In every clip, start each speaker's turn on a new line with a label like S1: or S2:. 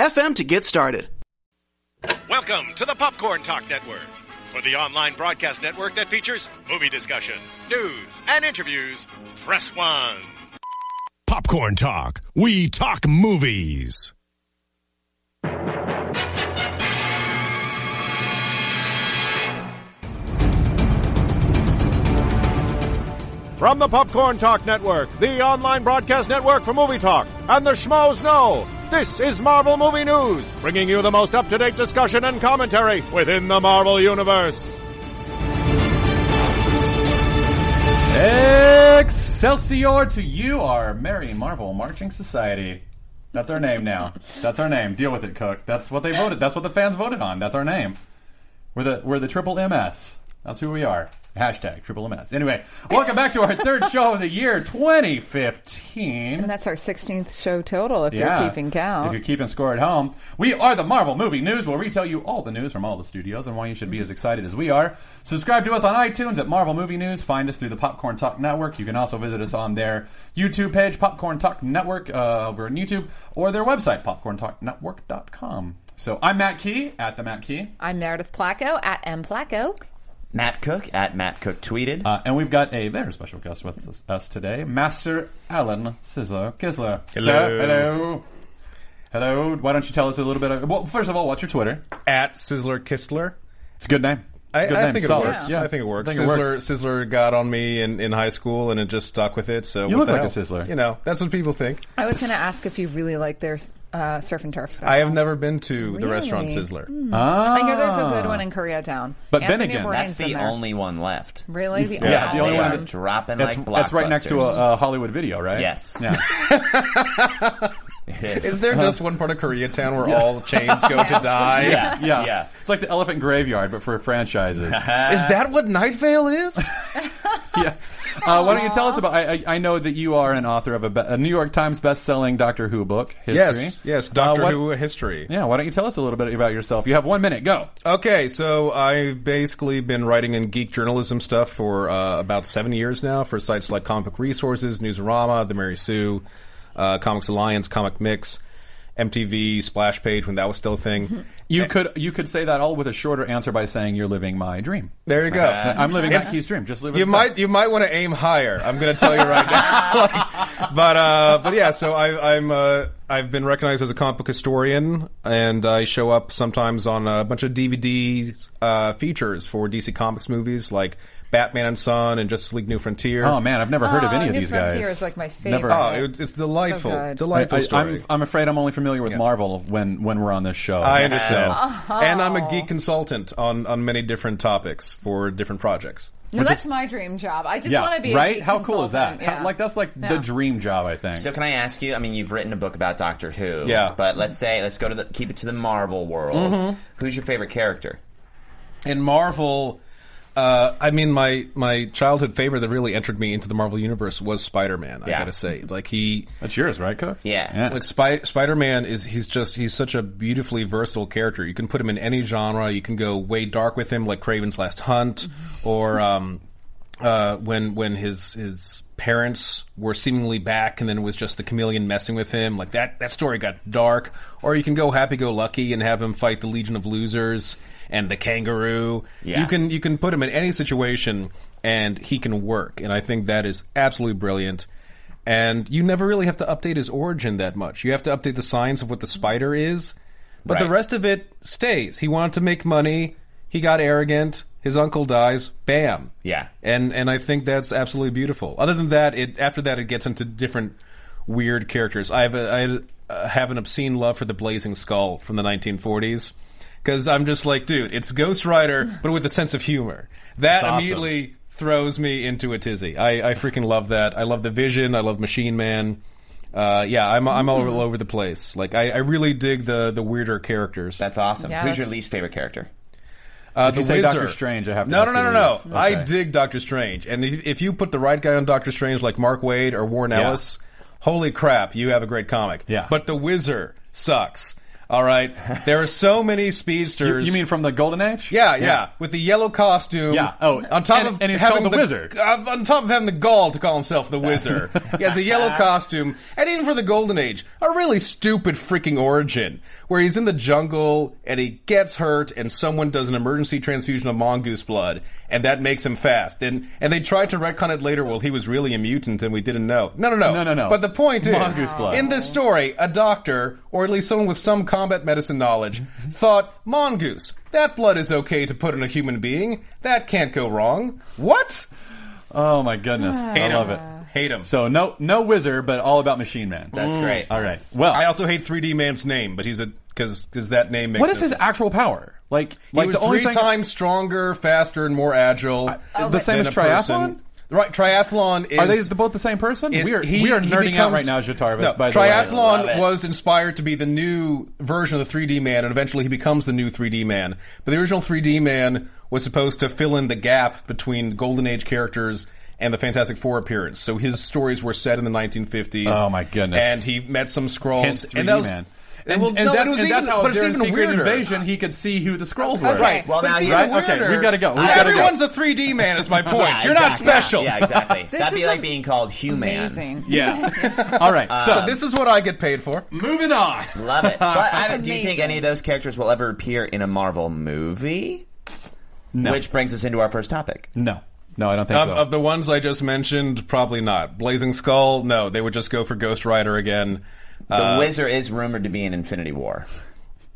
S1: to get started.
S2: Welcome to the Popcorn Talk Network, for the online broadcast network that features movie discussion, news, and interviews. Press one.
S3: Popcorn Talk. We talk movies.
S2: From the Popcorn Talk Network, the online broadcast network for movie talk, and the schmoes know, this is Marvel Movie News, bringing you the most up-to-date discussion and commentary within the Marvel Universe.
S4: Excelsior to you, our merry Marvel marching society. That's our name now. That's our name. Deal with it, Cook. That's what they voted. That's what the fans voted on. That's our name. We're the we're the triple MS. That's who we are. Hashtag triple MS. Anyway, welcome back to our third show of the year, 2015.
S5: And that's our 16th show total, if you're keeping
S4: If
S5: count.
S4: you're keeping score at home, we are the Marvel Movie News, where we tell you all the news from all the studios and why you should be as excited as we are. Subscribe to us on iTunes at Marvel Movie News. Find us through the Popcorn Talk Network. You can also visit us on their YouTube page, Popcorn Talk Network, uh, over on YouTube, or their website, popcorntalknetwork.com. So I'm Matt Key at the Matt Key,
S5: I'm Meredith Placco at M Placco.
S6: Matt Cook at Matt Cook tweeted.
S4: uh, and we've got a very special guest with us today, Master Alan Sizzler Kisler. Hello, hello, hello. Why don't you tell us a little bit? Of, well, first of all, what's your Twitter?
S7: at Sizzler Kistler.
S4: It's a good name. It's
S7: I,
S4: a good
S7: I
S4: name.
S7: think
S4: Solid.
S7: it works.
S4: Yeah.
S7: I think it works.
S4: I think it
S7: Sizzler,
S4: works.
S7: Sizzler got on me in, in high school, and it just stuck with it. So
S4: You
S7: what
S4: look
S7: the
S4: like a
S7: hell?
S4: Sizzler.
S7: You know, that's what people think.
S5: I was going to ask if you really like their uh, surf and turf special.
S7: I have never been to the restaurant
S5: Really?
S7: Sizzler.
S4: Ah.
S5: I hear there's a good one in Koreatown.
S4: But
S5: Anthony
S4: Bennigan-
S5: Bourdain's
S4: That's
S6: That's
S5: been
S6: the
S5: there.
S6: only one left.
S5: Really? The only
S4: Yeah, the only
S6: they
S4: one
S6: are
S4: that-
S6: dropping
S4: That's,
S6: like blockbusters.
S4: that's right next to a, uh Hollywood Video, right?
S6: Yes.
S4: Yeah.
S6: It is.
S7: Is there just one part of Koreatown where all chains go to
S5: Yes.
S7: die?
S6: Yeah.
S4: yeah.
S6: Yeah.
S4: It's like the Elephant Graveyard, but for franchises.
S7: Is that what Night Vale is?
S4: yes. Uh, why don't you tell us about? I, I, I know that you are an author of a, be- a New York Times best-selling Doctor Who book. History.
S7: yes, yes.
S4: Uh,
S7: Doctor
S4: what-
S7: Who history.
S4: Yeah. Why don't you tell us a little bit about yourself? You have one minute. Go.
S7: Okay, so I've basically been writing in geek journalism stuff for uh, about seven years now for sites like Comic Book Resources, Newsarama, The Mary Sue, uh, Comics Alliance, Comic Mix, MTV, Splash Page when that was still a thing.
S4: You could you could say that all with a shorter answer by saying you're living my dream.
S7: There you go.
S4: I'm living Mackey's dream. Just living.
S7: You might you might want to aim higher. I'm going to tell you right now. Like, but uh, but yeah, so I, I'm uh, I've been recognized as a comic book historian, and I show up sometimes on a bunch of DVD uh, features for DC Comics movies like Batman and Son and Justice League New Frontier.
S4: Oh man, I've never heard of
S5: Oh,
S4: any of
S5: New
S4: these
S5: Frontier
S4: guys.
S5: is like my favorite.
S4: Never.
S7: Oh, it, it's delightful,
S5: So good.
S7: delightful story.
S4: am I'm afraid I'm only familiar with Marvel when, when we're on this show.
S7: I understand,
S5: Oh,
S4: So-
S7: and I'm a geek consultant on on many different topics for different projects.
S5: No, that's my dream job. I just
S4: yeah,
S5: want to be a
S4: right.
S5: geek
S4: How cool is that?
S5: consultant. Yeah.
S4: How- like that's like the
S5: Yeah.
S4: dream job, I think.
S6: So can I ask you? I mean, you've written a book about Doctor Who.
S7: Yeah.
S6: But let's say let's go to the keep it to the Marvel world.
S4: Mm-hmm.
S6: Who's your favorite character?
S7: And Marvel, uh, I mean, my my childhood favorite that really entered me into the Marvel universe was Spider Man. I
S6: Yeah.
S7: gotta say, like he,
S4: that's yours, right, Cook?
S6: Yeah.
S7: like Spy- Spider Man is he's just he's such a beautifully versatile character. You can put him in any genre. You can go way dark with him, like Craven's Last Hunt,
S6: Mm-hmm.
S7: or um, uh, when when his his parents were seemingly back, and then it was just the chameleon messing with him. Like that that story got dark. Or you can go happy go lucky and have him fight the Legion of Losers and the Kangaroo.
S6: Yeah.
S7: You can you can put him in any situation and he can work. And I think that is absolutely brilliant. And you never really have to update his origin that much. You have to update the science of what the spider is, but the
S6: Right.
S7: rest of it stays. He wanted to make money. He got arrogant. His uncle dies. Bam.
S6: Yeah.
S7: And and I think that's absolutely beautiful. Other than that, it after that it gets into different weird characters. I have a, I uh, have an obscene love for the Blazing Skull from the 1940s because I'm just like, dude, it's Ghost Rider, but with a sense of humor. That
S4: awesome.
S7: immediately throws me into a tizzy. I, I freaking love that. I love the Vision. I love Machine Man. Uh, yeah, I'm I'm all over the place. Like I, I really dig the the weirder characters.
S6: That's awesome.
S5: Yeah,
S6: Who's your
S5: that's-
S6: least favorite character?
S7: Uh,
S4: If you say Doctor Strange, I have to
S7: no,
S4: ask
S7: no, no,
S4: you
S7: no,
S4: to
S7: no.
S4: leave.
S7: I
S4: Okay.
S7: dig Doctor Strange, and if, if you put the right guy on Doctor Strange, like Mark Wade or Warren Ellis, holy crap, you have a great comic.
S4: Yeah.
S7: But the Wizard sucks. All right, there are so many speedsters.
S4: You mean from the Golden Age?
S7: Yeah, yeah, with the yellow costume.
S4: Yeah, oh,
S7: on top
S4: and-
S7: of
S4: and he's
S7: having
S4: called the Wizard.
S7: uh, on top of having the gall to call himself the Wizard, he has a yellow costume, and even for the Golden Age, a really stupid freaking origin where he's in the jungle and he gets hurt, and someone does an emergency transfusion of mongoose blood, and that makes him fast. And and they tried to retcon it later. Well, he was really a mutant, and we didn't know. No, no, no,
S4: No, no, no.
S7: But the point is,
S4: Mongoose blood.
S7: in this story, a doctor, or at least someone with some combat medicine knowledge, thought, Mongoose, that blood is okay to put in a human being. That can't go wrong. What?
S4: Oh my goodness, I
S7: him.
S4: love it.
S7: Hate him. So,
S4: So no, no wizard, but all about Machine Man.
S6: That's
S5: Mm.
S6: great.
S4: all right. Well,
S7: I also hate 3D Man's name, but he's a. Because that name makes
S4: what is
S7: no
S4: his
S7: sense.
S4: actual power? Like,
S7: He
S4: like
S7: was
S4: the only
S7: three
S4: thing-
S7: times stronger, faster, and more agile.
S4: the same
S7: than
S4: as
S7: a
S4: triathlon.
S7: person. Right, triathlon is.
S4: Are they both the same person?
S7: It-
S4: we are
S7: he-
S4: we are
S7: he
S4: nerding out
S7: becomes-
S4: right now, Jatarvis.
S7: No,
S4: by the way.
S7: triathlon
S6: Love it.
S7: was inspired to be the new version of the 3D Man, and eventually he becomes the new 3D Man. But the original 3D Man was supposed to fill in the gap between Golden Age characters and the Fantastic Four appearance. So his stories were set in the 1950s.
S4: Oh, my goodness.
S7: And he met some Skrulls.
S4: Hence 3D
S7: and that was,
S4: man.
S7: And, well, no,
S4: that's,
S7: it was
S4: and
S7: even,
S4: that's how
S7: but it's
S4: during
S7: even
S4: Secret
S7: weirder.
S4: Invasion he could see who the scrolls were.
S5: Okay. Right.
S6: Well,
S7: But
S6: now
S7: it's
S6: you-
S7: even
S6: Right?
S4: Okay,
S7: weirder.
S4: we've gotta go. We've gotta go.
S7: Everyone's a 3D man. Is my point.
S6: Yeah,
S7: You're
S6: exactly.
S7: not special.
S6: Yeah, exactly.
S5: This
S6: That'd be
S5: is
S6: like
S5: a-
S6: being called human.
S5: Amazing.
S7: Yeah.
S4: All right. so
S7: Uh, this is what I get paid for.
S4: moving on.
S6: Love it. But I
S5: That's
S6: do you think
S5: amazing.
S6: any of those characters will ever appear in a Marvel movie?
S4: No.
S6: Which brings us into our first topic.
S4: No, no, I don't think
S7: Of,
S4: so.
S7: of the ones I just mentioned, probably not. Blazing Skull, no. They would just go for Ghost Rider again.
S6: The
S4: Uh,
S6: Wizard is rumored to be in Infinity War.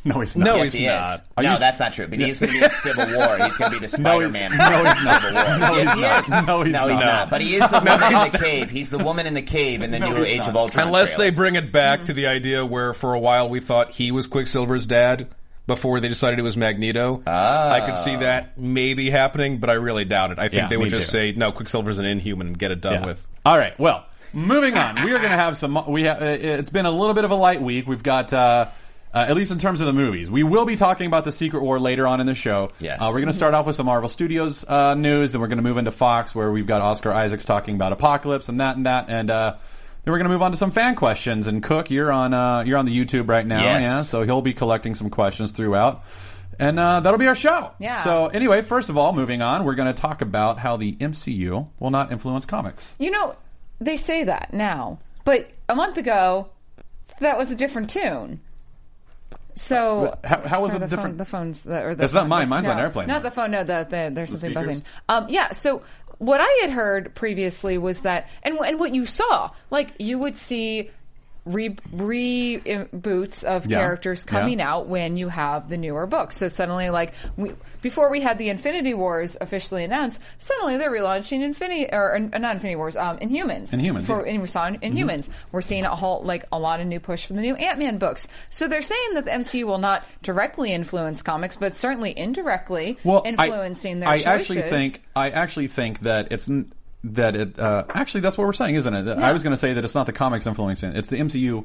S4: no, he's not.
S7: No,
S6: Yes,
S7: he's
S6: he
S7: not.
S6: is.
S4: Are
S6: no,
S4: you-
S6: that's not true. But he's going to be in Civil War. He's going to be the Spider-Man.
S4: no, he's not.
S6: Civil War.
S4: No,
S6: yes,
S4: he's
S6: he
S4: not.
S6: is.
S4: No, he's
S6: no, he's
S4: not.
S6: not. But he is the woman in the cave. He's the woman in the cave in the new
S4: he's
S6: Age
S4: not. Mm-hmm.
S6: of Ultron.
S7: Unless
S6: trailer.
S7: they bring it back to the idea where for a while we thought he was Quicksilver's dad before they decided it was Magneto. I could see that maybe happening, but I really doubt it. I
S4: Ah.
S7: think
S4: Yeah,
S7: they would
S4: me
S7: just
S4: too.
S7: say, no, Quicksilver's an inhuman and get it done
S4: Yeah.
S7: with.
S4: All right. Well, moving on. We are going to have some. We have. uh, It's been a little bit of a light week. We've got. Uh, uh, at least in terms of the movies, we will be talking about the Secret War later on in the show.
S6: Yes.
S4: uh, we're going to start off with some Marvel Studios uh, news, then we're going to move into Fox, where we've got Oscar Isaacs talking about Apocalypse and that and that, and uh, then we're going to move on to some fan questions. And Cook, you're on uh, you're on the YouTube right now,
S6: Yes.
S4: yeah. So he'll be collecting some questions throughout, and uh, that'll be our show.
S5: Yeah.
S4: So anyway, first of all, moving on, we're going to talk about how the MCU will not influence comics.
S5: You know, they say that now, but a month ago, that was a different tune. So
S4: Uh, how- how was
S5: sorry,
S4: it
S5: the
S4: different?
S5: Phone, the phones, the, or the
S4: It's not
S5: phone-
S4: mine. Mine's
S5: no,
S4: on airplane mode.
S5: Not the phone. No, the, the, there's something
S4: speakers?
S5: buzzing. Um, yeah. So what I had heard previously was that, and and what you saw, like you would see re re boots of
S4: Yeah.
S5: characters coming
S4: Yeah.
S5: out when you have the newer books. So suddenly, like we, before we had the Infinity Wars officially announced, suddenly they're relaunching Infinity or uh, not Infinity Wars, um, Inhumans.
S4: Inhumans,
S5: For,
S4: yeah. Mm-hmm.
S5: and we saw in Inhumans, we're seeing a whole like a lot of new push for the new Ant Man books. So they're saying that the MCU will not directly influence comics, but certainly indirectly
S4: I-
S5: influencing their
S4: I
S5: choices.
S4: actually think I actually think that it's n- that it uh, actually that's what we're saying, isn't it? I was going to say that it's not the comics influencing; it, it's the MCU.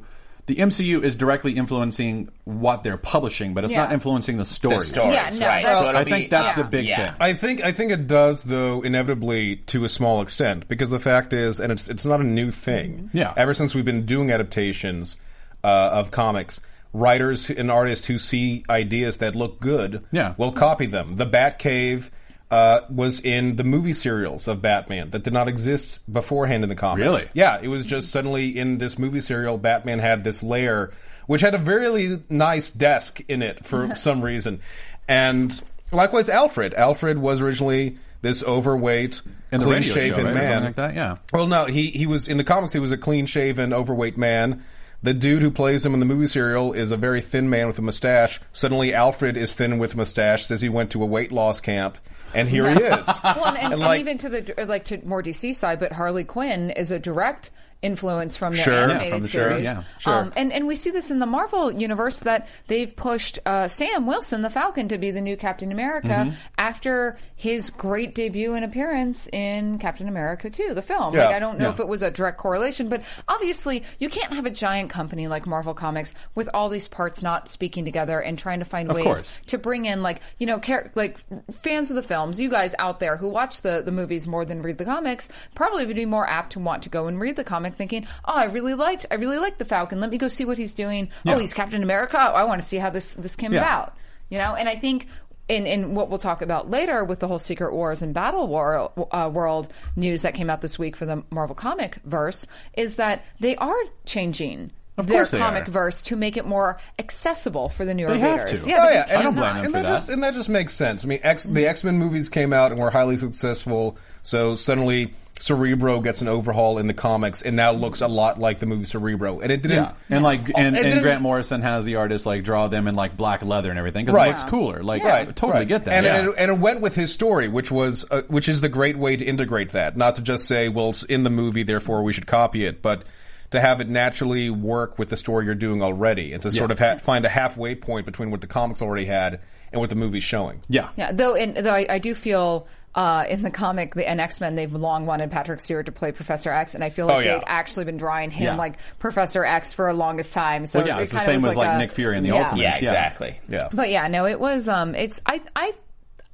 S4: The MCU is directly influencing what they're publishing, but it's not
S5: Yeah.
S4: influencing the stories.
S6: stories,
S5: Yeah, no,
S6: right?
S5: that's-
S6: So it'll
S4: I think
S6: be-
S4: that's
S5: yeah.
S4: the big
S6: Yeah.
S4: thing.
S7: I think I think it does, though, inevitably to a small extent, because the fact is, and it's it's not a new thing.
S4: Mm-hmm. Yeah.
S7: Ever since we've been doing adaptations uh, of comics, writers and artists who see ideas that look good,
S4: Yeah.
S7: will copy them. The Batcave. Uh, was in the movie serials of Batman that did not exist beforehand in the comics.
S4: Really?
S7: Yeah, it was just suddenly in this movie serial, Batman had this lair, which had a very nice desk in it for some reason. And likewise, Alfred. Alfred was originally this overweight,
S4: In the
S7: clean
S4: radio show, right,
S7: shaven
S4: or
S7: man.
S4: something like that. Yeah.
S7: Well, no, he, he was in the comics, he was a clean shaven, overweight man. The dude who plays him in the movie serial is a very thin man with a mustache. Suddenly, Alfred is thin with a mustache, says he went to a weight loss camp, and here he is.
S5: Well, and, and,
S7: like-
S5: even to the like to more DC side, but Harley Quinn is a direct influence from their
S7: Sure. Yeah,
S5: animated
S4: from the show,
S5: series.
S4: yeah.
S5: Um, and and we see this in the Marvel universe that they've pushed uh, Sam Wilson, the Falcon, to be the new Captain America
S4: Mm-hmm.
S5: after his great debut and appearance in Captain America 2, the film.
S7: Yeah,
S5: Like I don't know
S4: yeah.
S5: if it was a direct correlation, but obviously you can't have a giant company like Marvel Comics with all these parts not speaking together and trying to find ways
S4: course.
S5: to bring in like you know char- like fans of the films you guys out there who watch the, the movies more than read the comics probably would be more apt to want to go and read the comic thinking oh i really liked i really liked the falcon let me go see what he's doing oh
S4: Yeah.
S5: he's captain america oh, i want to see how this this came
S4: Yeah.
S5: about you know and i think in, in what we'll talk about later with the whole Secret Wars and Battle War, uh, World news that came out this week for the Marvel comic verse is that they are changing their
S4: course they are.
S5: comic verse to make it more accessible for the newer
S4: They have
S5: readers.
S4: to.
S5: Yeah,
S7: oh
S5: they
S7: yeah,
S5: cannot.
S7: and,
S4: blame them
S7: and
S4: for
S7: that,
S4: that.
S7: just and that just makes sense. I mean, X, the X Men movies came out and were highly successful, so suddenly Cerebro gets an overhaul in the comics and now looks a lot like the movie Cerebro, and it didn't. Oh,
S4: Yeah, and like and,
S7: it
S4: and
S7: didn't-
S4: Grant Morrison has the artist like draw them in like black leather and everything because
S7: Right.
S4: it looks cooler. Like,
S5: Yeah.
S4: I totally
S7: Right.
S4: get that.
S7: and,
S4: yeah.
S7: and, it, and it went with his story, which was uh, which is the great way to integrate that. Not to just say, "Well, it's in the movie, therefore we should copy it," but to have it naturally work with the story you're doing already, and to sort of ha- find a halfway point between what the comics already had and what the movie's showing.
S4: yeah,
S5: Yeah, though, and though I, I do feel uh, in the comic, the X Men, they've long wanted Patrick Stewart to play Professor X, and I feel like
S7: Oh, yeah.
S5: they've actually been drawing him
S4: Yeah.
S5: like Professor X for a longest time. So
S4: Well, yeah,
S5: it
S4: it's the
S5: kind
S4: same
S5: of was
S4: as,
S5: like,
S4: like,
S5: a-
S4: Nick Fury in the
S5: yeah.
S4: Ultimates.
S6: Yeah,
S4: Yeah.
S6: exactly.
S7: Yeah.
S5: But yeah, no, it was. Um, it's I I.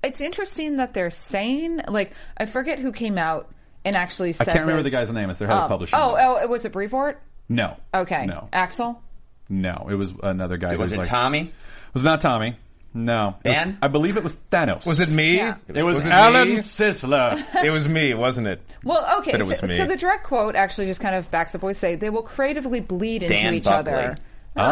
S5: It's interesting that they're saying like I forget who came out and actually
S4: I
S5: said.
S4: can't remember
S5: this.
S4: the guy's name. It's their head of publishing.
S5: Oh, oh, it was a Brevoort.
S4: no.
S5: Okay,
S4: No.
S5: Axel.
S4: No, it was another guy. who
S6: Was it
S4: like,
S6: Tommy?
S4: It was not Tommy. No. It was-
S6: Dan?
S4: I believe it was Thanos.
S7: Was it me?
S5: Yeah.
S4: It was,
S7: it
S4: Alan
S7: me?
S4: Sisler.
S7: It was me, wasn't it?
S5: Well, okay.
S7: But it
S5: so,
S7: was me.
S5: so the direct quote actually just kind of backs up what we say. They will creatively bleed into
S6: Dan
S5: each
S6: Buckley.
S5: other.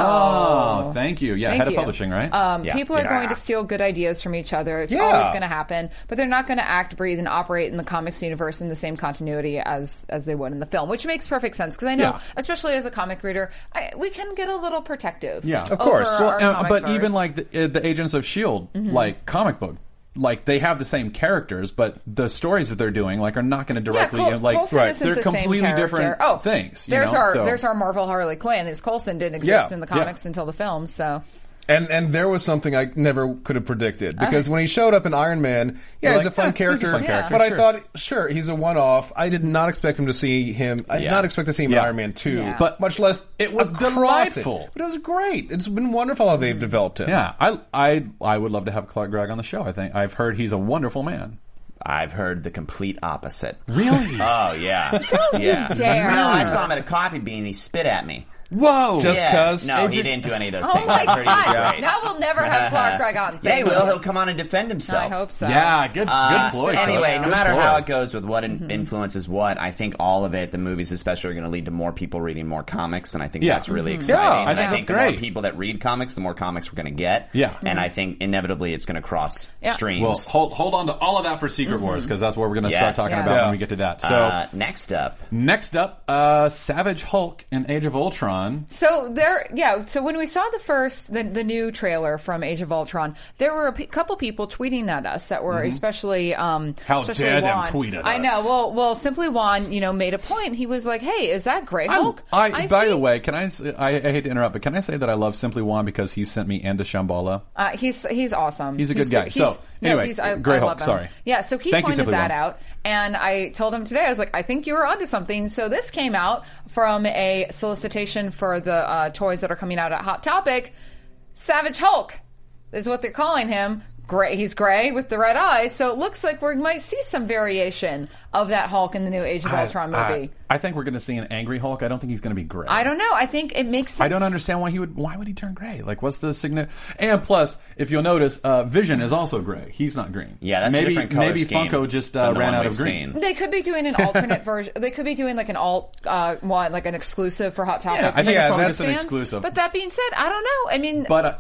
S4: oh, thank you. Yeah,
S5: Thank
S4: head
S5: you.
S4: of publishing, right?
S5: Um,
S6: Yeah.
S5: People are
S6: Yeah.
S5: going to steal good ideas from each other. It's
S7: Yeah.
S5: always going to happen, but they're not going to act, breathe, and operate in the comics universe in the same continuity as as they would in the film, which makes perfect sense because I know,
S4: Yeah.
S5: especially as a comic reader, I, we can get a little protective.
S4: yeah,
S5: over
S4: Well,
S5: our
S4: uh,
S5: comic Mm-hmm.
S4: but
S5: verse.
S4: even like the, uh, the Agents of Shield, like comic book, like they have the same characters, but the stories that they're doing like are not going to
S5: Yeah,
S4: directly
S5: Col-
S4: uh, like
S5: Colson isn't
S4: they're
S5: the same
S4: completely
S5: character.
S4: different
S5: oh,
S4: things. you
S5: there's
S4: know?
S5: our
S4: So-
S5: there's our Marvel Harley Quinn. Is Colson didn't exist
S7: Yeah,
S5: in the
S4: yeah.
S5: comics until the film, so
S7: And and there was something I never could have predicted because when he showed up in Iron Man, yeah,
S4: You're
S7: he's a
S4: like,
S7: fun
S4: "Eh, he's a
S7: character.
S4: fun character,
S7: but I
S4: sure."
S7: thought, sure, he's a one-off. I did not expect him to see him. I did
S6: Yeah.
S7: not expect to see him in
S4: Yeah.
S7: Iron Man two,
S5: Yeah.
S7: but much less
S4: It was
S7: across it.
S4: delightful.
S7: But it was great. It's been wonderful how they've developed him.
S4: yeah, I I I would love to have Clark Gregg on the show. I think I've heard he's a wonderful man.
S6: I've heard the complete opposite.
S4: Really?
S6: Oh yeah. yeah.
S5: dare.
S6: No, I saw him at a coffee bean and he spit at me.
S4: Whoa!
S7: Just
S6: Yeah.
S7: 'cause?
S6: No,
S7: Oh,
S6: he
S7: did-
S6: didn't do any of those
S5: Oh
S6: things.
S5: my
S6: I heard he was
S5: god!
S6: great.
S5: Now we'll never have Clark Gregg on.
S6: Yeah, he will. He'll come on and defend himself.
S5: I hope so.
S4: yeah, good
S6: Uh,
S4: good ploy. Clark.
S6: anyway, no
S4: Good
S6: matter
S4: ploy.
S6: how it goes with what in- influences what, I think all of it, the movies especially, are going to lead to more people reading more comics, and I think
S4: Yeah.
S6: that's really
S4: Mhm.
S6: exciting.
S4: Yeah, I
S6: and
S4: think
S6: I think
S4: that's
S6: the more
S4: great.
S6: people that read comics, the more comics we're going to get.
S4: Yeah.
S6: and I think inevitably it's going to cross
S5: Yeah.
S6: streams.
S4: Well, hold hold on to all of that for Secret Wars because that's what we're going to start
S6: Yes.
S4: talking
S5: Mm-hmm. Yes.
S4: about
S7: Yeah.
S4: when we get to that. So
S6: uh, next up,
S4: next up, uh, Savage Hulk and Age of Ultron.
S5: So there, yeah. So when we saw the first, the, the new trailer from Age of Ultron, there were a p- couple people tweeting at us that were especially um,
S4: Mm-hmm. How
S5: especially
S4: dare them
S5: Juan.
S4: tweet at
S5: I
S4: us.
S5: know. Well, well, simply Juan, you know, made a point. He was like, "Hey, is that Grey
S4: I-
S5: Hulk?"
S4: I, by
S5: see-
S4: the way, can I, s- I? I hate to interrupt, but can I say that I love Simply Juan because he sent me and a Shambhala.
S5: Uh, he's he's awesome.
S4: He's a good guy.
S5: he's-
S4: So,
S5: no,
S4: anyway,
S5: he's, I,
S4: Grey
S5: I
S4: Hulk,
S5: love him.
S4: sorry.
S5: Yeah, so he
S4: Thank you,
S5: pointed
S4: Simply
S5: that
S4: Wrong.
S5: out, and I told him today. I was like, I think you were onto something. So this came out from a solicitation for the uh, toys that are coming out at Hot Topic. Savage Hulk is what they're calling him. Gray, he's gray with the red eyes, so it looks like we might see some variation of that Hulk in the new Age of Ultron movie.
S4: I, I think we're going to see an angry Hulk. I don't think he's going to be gray.
S5: I, don't know. I think it makes sense.
S4: I don't understand why he would. Why would he turn gray? Like, what's the sign? And plus, if you'll notice, uh, Vision is also gray. He's not green.
S6: yeah, that's
S4: maybe
S6: a different color
S4: maybe
S6: scheme
S4: Funko just
S6: than
S4: uh,
S6: the
S4: ran
S6: one
S4: out
S6: we've
S4: of green.
S6: seen.
S5: They could be doing an alternate version. They could be doing like an alt uh, one, like an exclusive for Hot Topic.
S4: Yeah, I think
S7: Yeah,
S4: it's probably
S7: that's-
S4: just an
S5: fans.
S4: exclusive.
S5: But that being said, I don't know. I mean,
S4: But uh,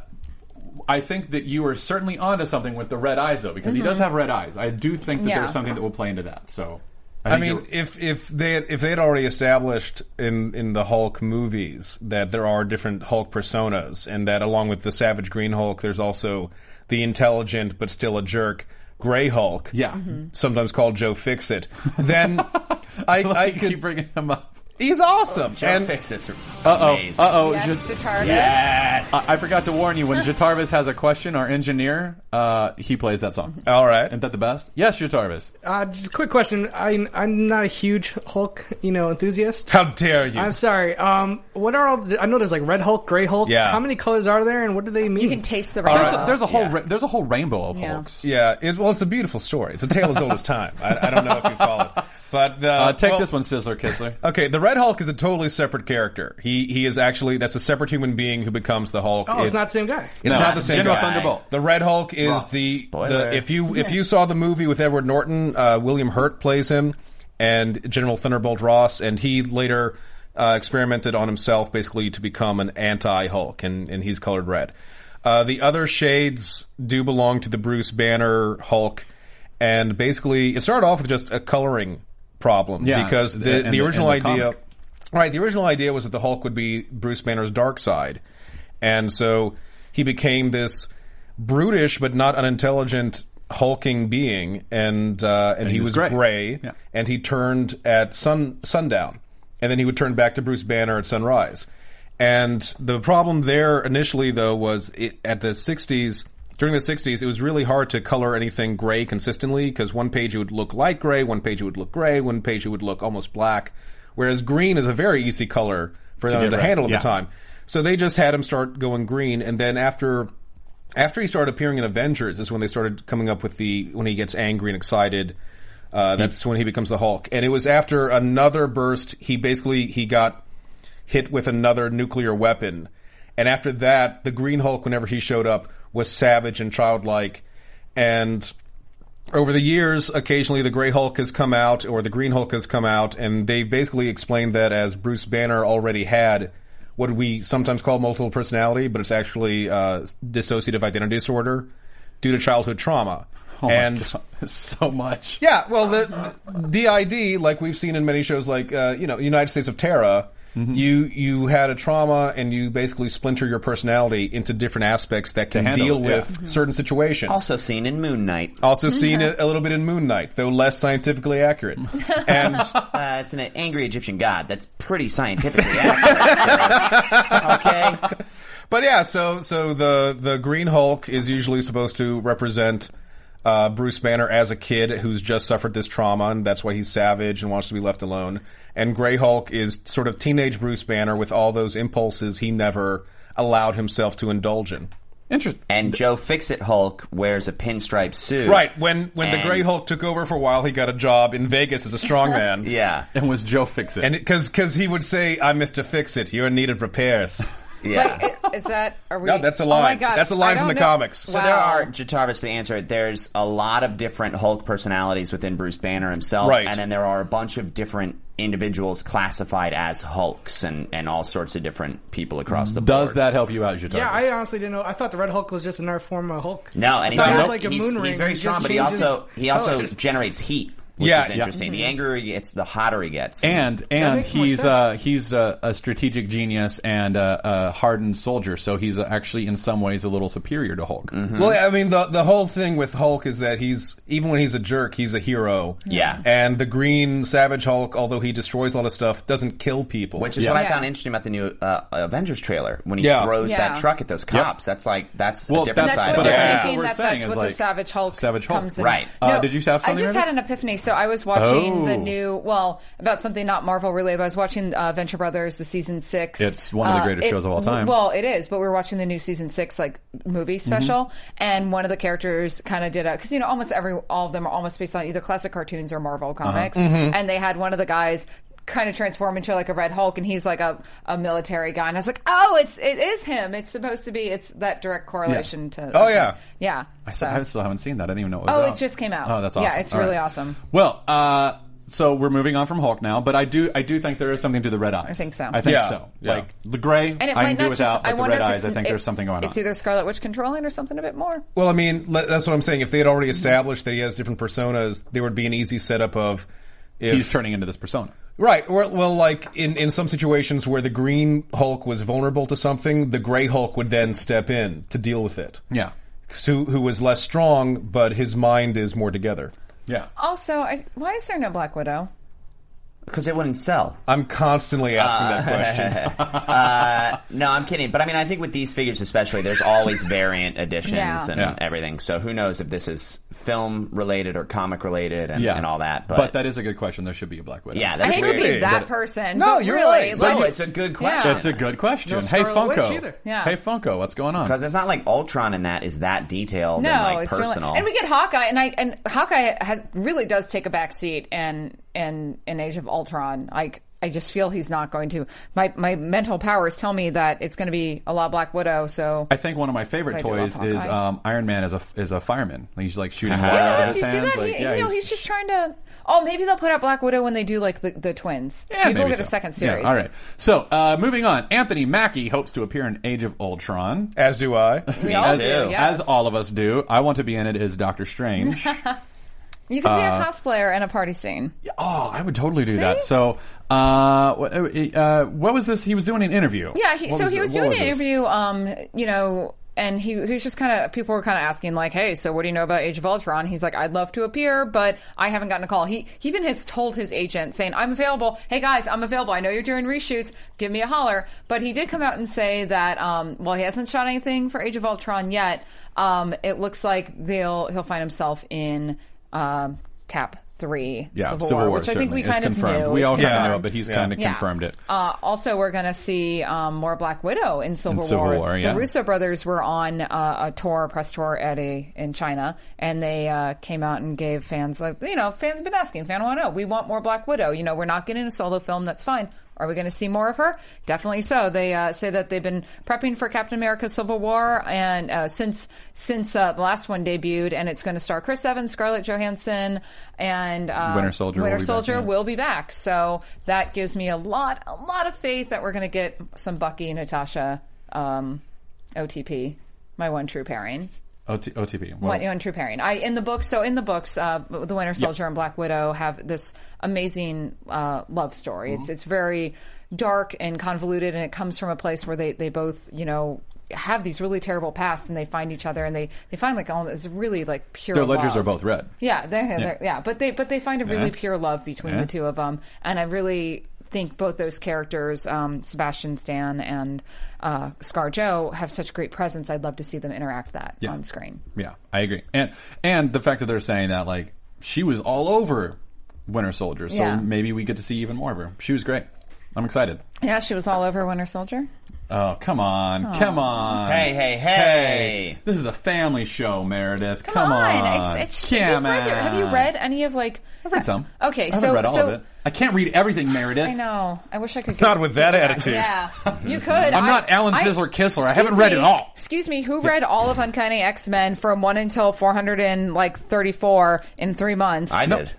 S4: I think that you are certainly onto something with the red eyes, though, because he does have red eyes. I do think that
S5: Mm-hmm. Yeah.
S4: there's something that will play into that. So,
S7: I
S4: think
S7: mean,
S4: you're-
S7: if if they had, if they had already established in in the Hulk movies that there are different Hulk personas, and that along with the Savage Green Hulk, there's also the intelligent but still a jerk Gray Hulk,
S4: Yeah. Mhm.
S7: sometimes called Joe Fixit, then I, I
S4: you keep
S7: could
S4: bringing him up.
S7: He's awesome.
S6: Joe
S7: and
S6: Fixit's
S4: Uh
S6: amazing.
S4: oh. Uh oh.
S5: Yes, Jatarvis.
S6: Yes.
S4: I forgot to warn you. When Jatarvis has a question, our engineer, uh, he plays that song.
S7: all right.
S4: Isn't that the best? Yes, Jatarvis.
S8: Uh, just a quick question. I, I'm not a huge Hulk, you know, enthusiast.
S7: How dare you?
S8: I'm sorry. Um, what are all? I know there's like Red Hulk, Gray Hulk.
S7: Yeah.
S8: How many colors are there, and what do they mean?
S5: You can taste the
S4: There's
S5: rainbow.
S4: a, there's a whole ra- there's a whole rainbow of
S5: Yeah.
S4: Hulks.
S7: yeah, it, well, it's a beautiful story. It's a tale as old as time. I, I don't know if you follow it, but uh,
S4: Uh, take
S7: well-
S4: this one, Sizzler Kissler.
S7: Okay, the Red Hulk is a totally separate character. He he is actually that's a separate human being who becomes the Hulk.
S8: oh, it's
S7: It-
S8: not the same guy.
S7: It's
S4: No,
S7: not the
S4: that's
S7: same
S4: General
S7: guy.
S4: Thunderbolt.
S7: The Red Hulk is
S6: Well,
S7: the,
S6: spoiler.
S7: the if you if you saw the movie with Edward Norton, uh, William Hurt plays him, and General Thunderbolt Ross, and he later uh, experimented on himself basically to become an anti Hulk, and and he's colored red. Uh, the other shades do belong to the Bruce Banner Hulk, and basically it started off with just a coloring problem
S4: Yeah,
S7: because the
S4: in the- in
S7: the,
S4: the
S7: original idea.
S4: comic.
S7: Right. The original idea was that the Hulk would be Bruce Banner's dark side, and so he became this brutish but not unintelligent hulking being, and uh, and, he,
S4: was
S7: was
S4: gray.
S7: gray,
S4: Yeah.
S7: and he turned at sun sundown, and then he would turn back to Bruce Banner at sunrise. And the problem there initially, though, was it, at the '60s. During the '60s, it was really hard to color anything gray consistently because one page it would look light gray, one page it would look gray, one page it would look almost black. Whereas green is a very easy color for them
S4: get
S7: to
S4: red,
S7: handle at
S4: yeah.
S7: the time. So they just had him start going green, and then after after he started appearing in Avengers is when they started coming up with the when he gets angry and excited. Uh, that's when he becomes the Hulk, and it was after another burst. He basically he got hit with another nuclear weapon, and after that, the Green Hulk, whenever he showed up, was savage and childlike, and over the years, occasionally the Grey Hulk has come out or the Green Hulk has come out, and they basically explained that as Bruce Banner already had what we sometimes call multiple personality, but it's actually uh, dissociative identity disorder due to childhood trauma.
S4: Oh my
S7: and
S4: God, so much.
S7: yeah, well, the, the DID, like we've seen in many shows, like uh, you know, United States of Terra,
S4: Mm-hmm.
S7: you you had a trauma and you basically splinter your personality into different aspects that can
S4: handle
S7: deal
S4: it, yeah.
S7: with certain situations.
S6: also seen in Moon Knight.
S7: Also seen
S6: Mm-hmm.
S7: a, a little bit in Moon Knight, though less scientifically accurate. And
S6: Uh, it's an angry Egyptian god. That's pretty scientifically accurate. so- okay.
S7: but yeah, so so the the Green Hulk is usually supposed to represent uh, Bruce Banner as a kid who's just suffered this trauma, and that's why he's savage and wants to be left alone. And Gray Hulk is sort of teenage Bruce Banner with all those impulses he never allowed himself to indulge in.
S4: Interesting.
S6: And Joe Fixit Hulk wears a pinstripe suit.
S7: Right when when the
S6: And-
S7: Gray Hulk took over for a while, he got a job in Vegas as a strongman.
S6: Yeah.
S4: And was Joe Fix It?
S7: And because because he would say, "I'm Mister Fix It. You're in need of repairs."
S6: Yeah.
S5: Wait, i- is that? Are we?
S7: No, that's a
S5: oh
S7: line.
S5: my gosh,
S7: That's a line
S5: I
S7: from
S5: don't
S7: the
S5: know.
S7: comics.
S5: Wow.
S7: So
S6: there are Jatarvis to answer it. There's a lot of different Hulk personalities within Bruce Banner himself,
S7: Right.
S6: and then there are a bunch of different individuals classified as Hulks and, and all sorts of different people across the board.
S4: Does that help you out, Jatarvis?
S8: Yeah, I uh, honestly didn't know. I thought the Red Hulk was just another form of Hulk.
S6: No, and he's,
S8: That was
S6: nope.
S8: like a
S6: he's,
S8: moon ring.
S6: he's very
S8: He
S6: strong,
S8: just
S6: but he
S8: changes
S6: also he also
S8: colors. Mm-hmm.
S6: generates heat, which
S7: Yeah,
S6: is
S7: yeah.
S6: interesting. The angrier he gets, the hotter he gets.
S4: and and
S8: makes more
S4: he's
S8: sense.
S4: uh, he's a, a strategic genius and a, a hardened soldier, so he's actually in some ways a little superior to Hulk.
S7: Well, I mean, the the whole thing with Hulk is that he's even when he's a jerk, he's a hero.
S6: Yeah.
S7: And the Green Savage Hulk, although he destroys a lot of stuff, doesn't kill people.
S6: which is what I
S5: Yeah.
S6: found interesting about the new uh, Avengers trailer when he
S7: Yeah.
S6: throws
S5: Yeah.
S6: that truck at those cops. That's like that's
S4: Well,
S6: a different
S4: that's
S5: That's
S6: side.
S5: what
S4: But
S5: they're
S4: I
S6: yeah.
S4: think
S5: thinking.
S4: what
S5: That,
S4: we're
S5: that's
S4: saying
S5: what
S4: is
S5: the
S4: like-
S5: Savage Hulk,
S4: Savage Hulk.
S5: comes in.
S6: Right.
S4: Uh, did you have
S5: I
S4: something,
S5: just
S4: Meredith?
S5: had an epiphany. So I was watching
S4: Oh.
S5: the new, well, about something not Marvel related. But I was watching uh, Venture Brothers, the season six.
S4: It's one of the
S5: Uh,
S4: greatest
S5: it-
S4: shows of all time.
S5: Well, it is. But we were watching the new season six like movie special, and one of the characters kind of did a because you know almost every all of them are almost based on either classic cartoons or Marvel comics, and they had one of the guys. Kind of transform into like a Red Hulk, and he's like a, a military guy, and I was like, "Oh, it's it is him. It's supposed to be. It's that direct correlation to."
S7: Oh, yeah.
S5: yeah.
S4: I still, I still haven't seen that. I didn't even know it was
S5: Oh, it
S4: out.
S5: just came out.
S4: Oh, that's awesome.
S5: Yeah, it's
S4: All
S5: really awesome.
S4: Well, uh, so we're moving on from Hulk now, but I do I do think there is something to the red eyes. I
S5: think so.
S4: I think
S7: Yeah.
S4: so.
S7: Yeah.
S4: Like the gray,
S5: And it
S4: I
S5: might
S4: can
S5: not
S4: do without,
S5: just. I
S4: but the
S5: wonder
S4: red
S5: if
S4: eyes,
S5: it's
S4: I think
S5: it-
S4: there's something going on.
S5: It's either Scarlet Witch controlling or something a bit more.
S7: well, I mean, le- that's what I'm saying. If they had already established that he has different personas, there would be an easy setup of if
S4: He's turning into this persona.
S7: Right. Or, well, like in, in some situations where the Green Hulk was vulnerable to something, the Gray Hulk would then step in to deal with it.
S4: Yeah.
S7: 'Cause Who, who was less strong, but his mind is more together.
S4: Yeah.
S5: Also, I, why is there no Black Widow?
S6: Because it wouldn't sell.
S7: I'm constantly asking
S6: Ah.
S7: that question.
S6: No, I'm kidding. But I mean, I think with these figures especially, there's always variant editions
S5: Yeah.
S6: and
S4: Yeah.
S6: everything. So who knows if this is film related or comic related and, and all that. But,
S4: that is a good question. There should be a Black Widow.
S6: yeah,
S5: I
S6: that's
S5: hate to
S6: weird.
S5: be that
S7: That-
S5: person.
S7: No,
S5: but
S7: you're
S5: really,
S7: right.
S5: Like,
S6: No, it's a good
S5: Yeah.
S6: question.
S4: That's a good question.
S8: No
S4: hey,
S8: Scarlet Witch
S4: Funko.
S8: either.
S5: Yeah.
S4: Hey, Funko, what's going on?
S6: Because it's not like Ultron in that is that detailed
S5: no,
S6: and like
S5: it's
S6: personal.
S5: really. And we get Hawkeye, and I and Hawkeye has really does take a back seat, and and in Age of Ultron, like. I just feel he's not going to. My my mental powers tell me that it's going to be a lot of Black Widow. So
S4: I think one of my favorite
S5: I do
S4: toys
S5: love
S4: is
S5: Hawkeye.
S4: um, Iron Man as a is a fireman. He's like shooting water out
S5: Yeah,
S4: of
S5: do
S4: his
S5: you see
S4: hands.
S5: that?
S4: Like,
S5: he,
S4: yeah,
S5: you know, he's, just trying to. Oh, maybe they'll put out Black Widow when they do like the, the twins.
S4: Yeah,
S5: maybe, we'll
S4: maybe
S5: get a
S4: so.
S5: second
S4: Yeah,
S5: series.
S4: all right. So uh, moving on, Anthony Mackie hopes to appear in Age of Ultron.
S7: As do I.
S5: We all
S4: as,
S5: do.
S6: too.
S5: yes.
S4: as all of us do. I want to be in it as Doctor Strange.
S5: you could be a
S4: uh,
S5: cosplayer in a party scene.
S4: Oh, I would totally do that. So, uh, what, uh, what was this? He was doing an interview.
S5: Yeah, he,
S4: What
S5: so he
S4: it-
S5: was
S4: what
S5: doing an
S4: this?
S5: interview, um, you know, and he, he was just kind of, people were kind of asking, like, hey, so what do you know about Age of Ultron? He's like, I'd love to appear, but I haven't gotten a call. He, he even has told his agent, saying, I'm available. Hey, guys, I'm available. I know you're doing reshoots. Give me a holler. But he did come out and say that, um, while he hasn't shot anything for Age of Ultron yet, um, it looks like they'll, he'll find himself in um, Cap 3
S4: Yeah,
S5: Civil,
S4: War,
S5: which I think
S4: certainly.
S5: we
S4: It's
S5: kind of
S4: confirmed.
S5: knew.
S4: We
S5: It's
S4: all kind of
S5: confirmed.
S4: know, but he's kind of
S5: Yeah.
S4: confirmed it.
S5: Uh, also, we're going to see um, more Black Widow in Civil,
S4: In Civil War, yeah.
S5: The Russo brothers were on uh, a tour, press tour, at a, in China, and they uh, came out and gave fans like, you know, fans have been asking, fan want to know, we want more Black Widow. You know, we're not getting a solo film. That's fine. Are we going to see more of her? Definitely so. They uh, say that they've been prepping for Captain America: Civil War, and uh, since since uh, the last one debuted, and it's going to star Chris Evans, Scarlett Johansson, and uh,
S4: Winter Soldier will
S5: Winter
S4: be back,
S5: Soldier
S4: yeah.
S5: will be back. So that gives me a lot, a lot of faith that we're going to get some Bucky, Natasha, um, OTP, my one true pairing.
S4: OT, OTP. Well,
S5: One, one true pairing. I in the books. So in the books, uh, the Winter Soldier and Black Widow have this amazing uh, love story. It's
S4: Mm-hmm.
S5: it's very dark and convoluted, and it comes from a place where they they both you know have these really terrible pasts, and they find each other, and they they find like all this really like pure.
S4: Their ledgers
S5: love.
S4: are both red.
S5: Yeah, they're, yeah. They're, yeah, but they but they find a really pure love between the two of them, and I really think both those characters, um, Sebastian Stan and uh, Scar Joe, have such great presence. I'd love to see them interact that on screen.
S4: Yeah, I agree. And and the fact that they're saying that like she was all over Winter Soldier, so
S5: Yeah.
S4: maybe we get to see even more of her. She was great. I'm excited.
S5: Yeah, she was all over Winter Soldier.
S4: Oh, come on, come on.
S6: hey, hey, hey.
S4: This is a family show, Meredith. Come,
S5: it's it's
S4: Come
S5: you've read their- Have you
S4: on.
S5: read any of like? I've
S4: read some? I
S5: Okay,
S4: haven't
S5: so
S4: read all
S5: so
S4: of it. I can't read everything, Meredith.
S5: I know. I wish I could.
S7: Not
S5: get-
S7: with that attitude.
S5: Yeah, you could. I'm
S4: not Alan Sizzler Kistler. I haven't read it all.
S5: Excuse me. Who read all of Uncanny X Men from one until 400 and like 34 in three months?
S6: I did.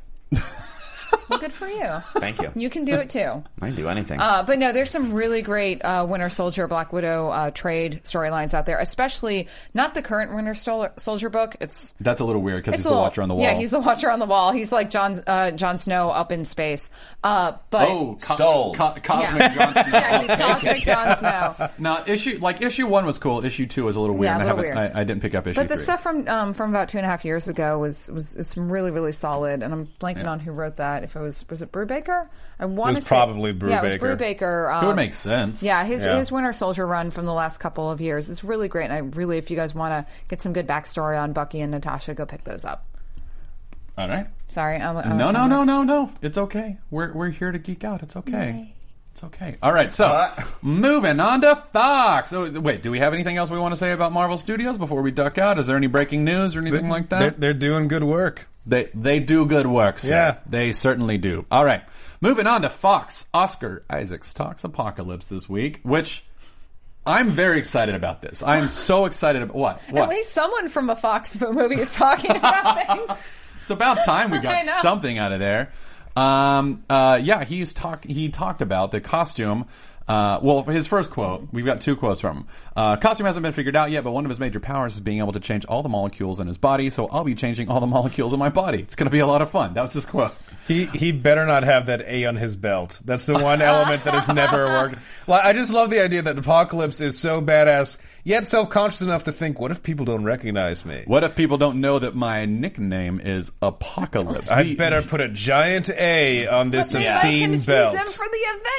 S5: Well, good for you.
S6: Thank you.
S5: You can do it too.
S6: I can do anything.
S5: Uh, but no, there's some really great uh, Winter Soldier, Black Widow uh, trade storylines out there, especially not the current Winter Sol- Soldier book. It's
S4: That's a little weird because
S5: it's
S4: he's
S5: a
S4: the
S5: little-
S4: watcher on the wall.
S5: Yeah, he's the watcher on the wall. He's like John uh, John Snow up in space. Uh, but
S4: oh, co-
S6: Sold.
S4: co- cosmic
S5: Yeah.
S4: Jon Snow.
S5: yeah, he's cosmic John Snow.
S4: Now issue like issue one was cool. Issue two was a little weird.
S5: Yeah, a
S4: and
S5: little
S4: I haven't.
S5: weird.
S4: I, I didn't pick up issue.
S5: But the
S4: three.
S5: stuff from um, from about two and a half years ago was was, is really really solid, and I'm blanking on who wrote that. If it was was it Brubaker, I want to
S7: was
S5: say
S7: probably
S5: Yeah, it was
S7: Brubaker.
S5: Brubaker.
S4: it would
S5: um,
S4: make sense.
S5: Yeah, his
S7: Yeah.
S5: his Winter Soldier run from the last couple of years is really great, and I really, if you guys want to get some good backstory on Bucky and Natasha, go pick those up.
S4: All right.
S5: Sorry, I'm, I'm,
S4: No, no,
S5: I'm
S4: no,
S5: ex-
S4: no, no. It's okay. We're we're here to geek out. It's okay. It's okay. All right. So moving on to Fox. Oh, wait. Do we have anything else we want to say about Marvel Studios before we duck out? Is there any breaking news or anything like that?
S7: They're, they're doing good work.
S4: They they do good work. Sir.
S7: Yeah.
S4: they certainly do. All right, moving on to Fox. Oscar Isaacs talks Apocalypse this week, which I'm very excited about. This I'm so excited about what what.
S5: At least someone from a Fox movie is talking about things.
S4: it's about time we
S5: I
S4: got
S5: know.
S4: something out of there. Um, uh, yeah, he's talk. He talked about the costume. Uh, well, his first quote. We've got two quotes from him. Uh, costume hasn't been figured out yet, but one of his major powers is being able to change all the molecules in his body. So I'll be changing all the molecules in my body. It's going to be a lot of fun. That was his quote.
S7: He he better not have that A on his belt. That's the one element that has never worked. Like, I just love the idea that Apocalypse is so badass. yet self conscious enough to think, what if people don't recognize me?
S4: What if people don't know that my nickname is Apocalypse?
S7: I
S4: The-
S7: better put a giant A on this
S5: They might
S7: obscene
S5: confuse
S7: belt.
S5: him for the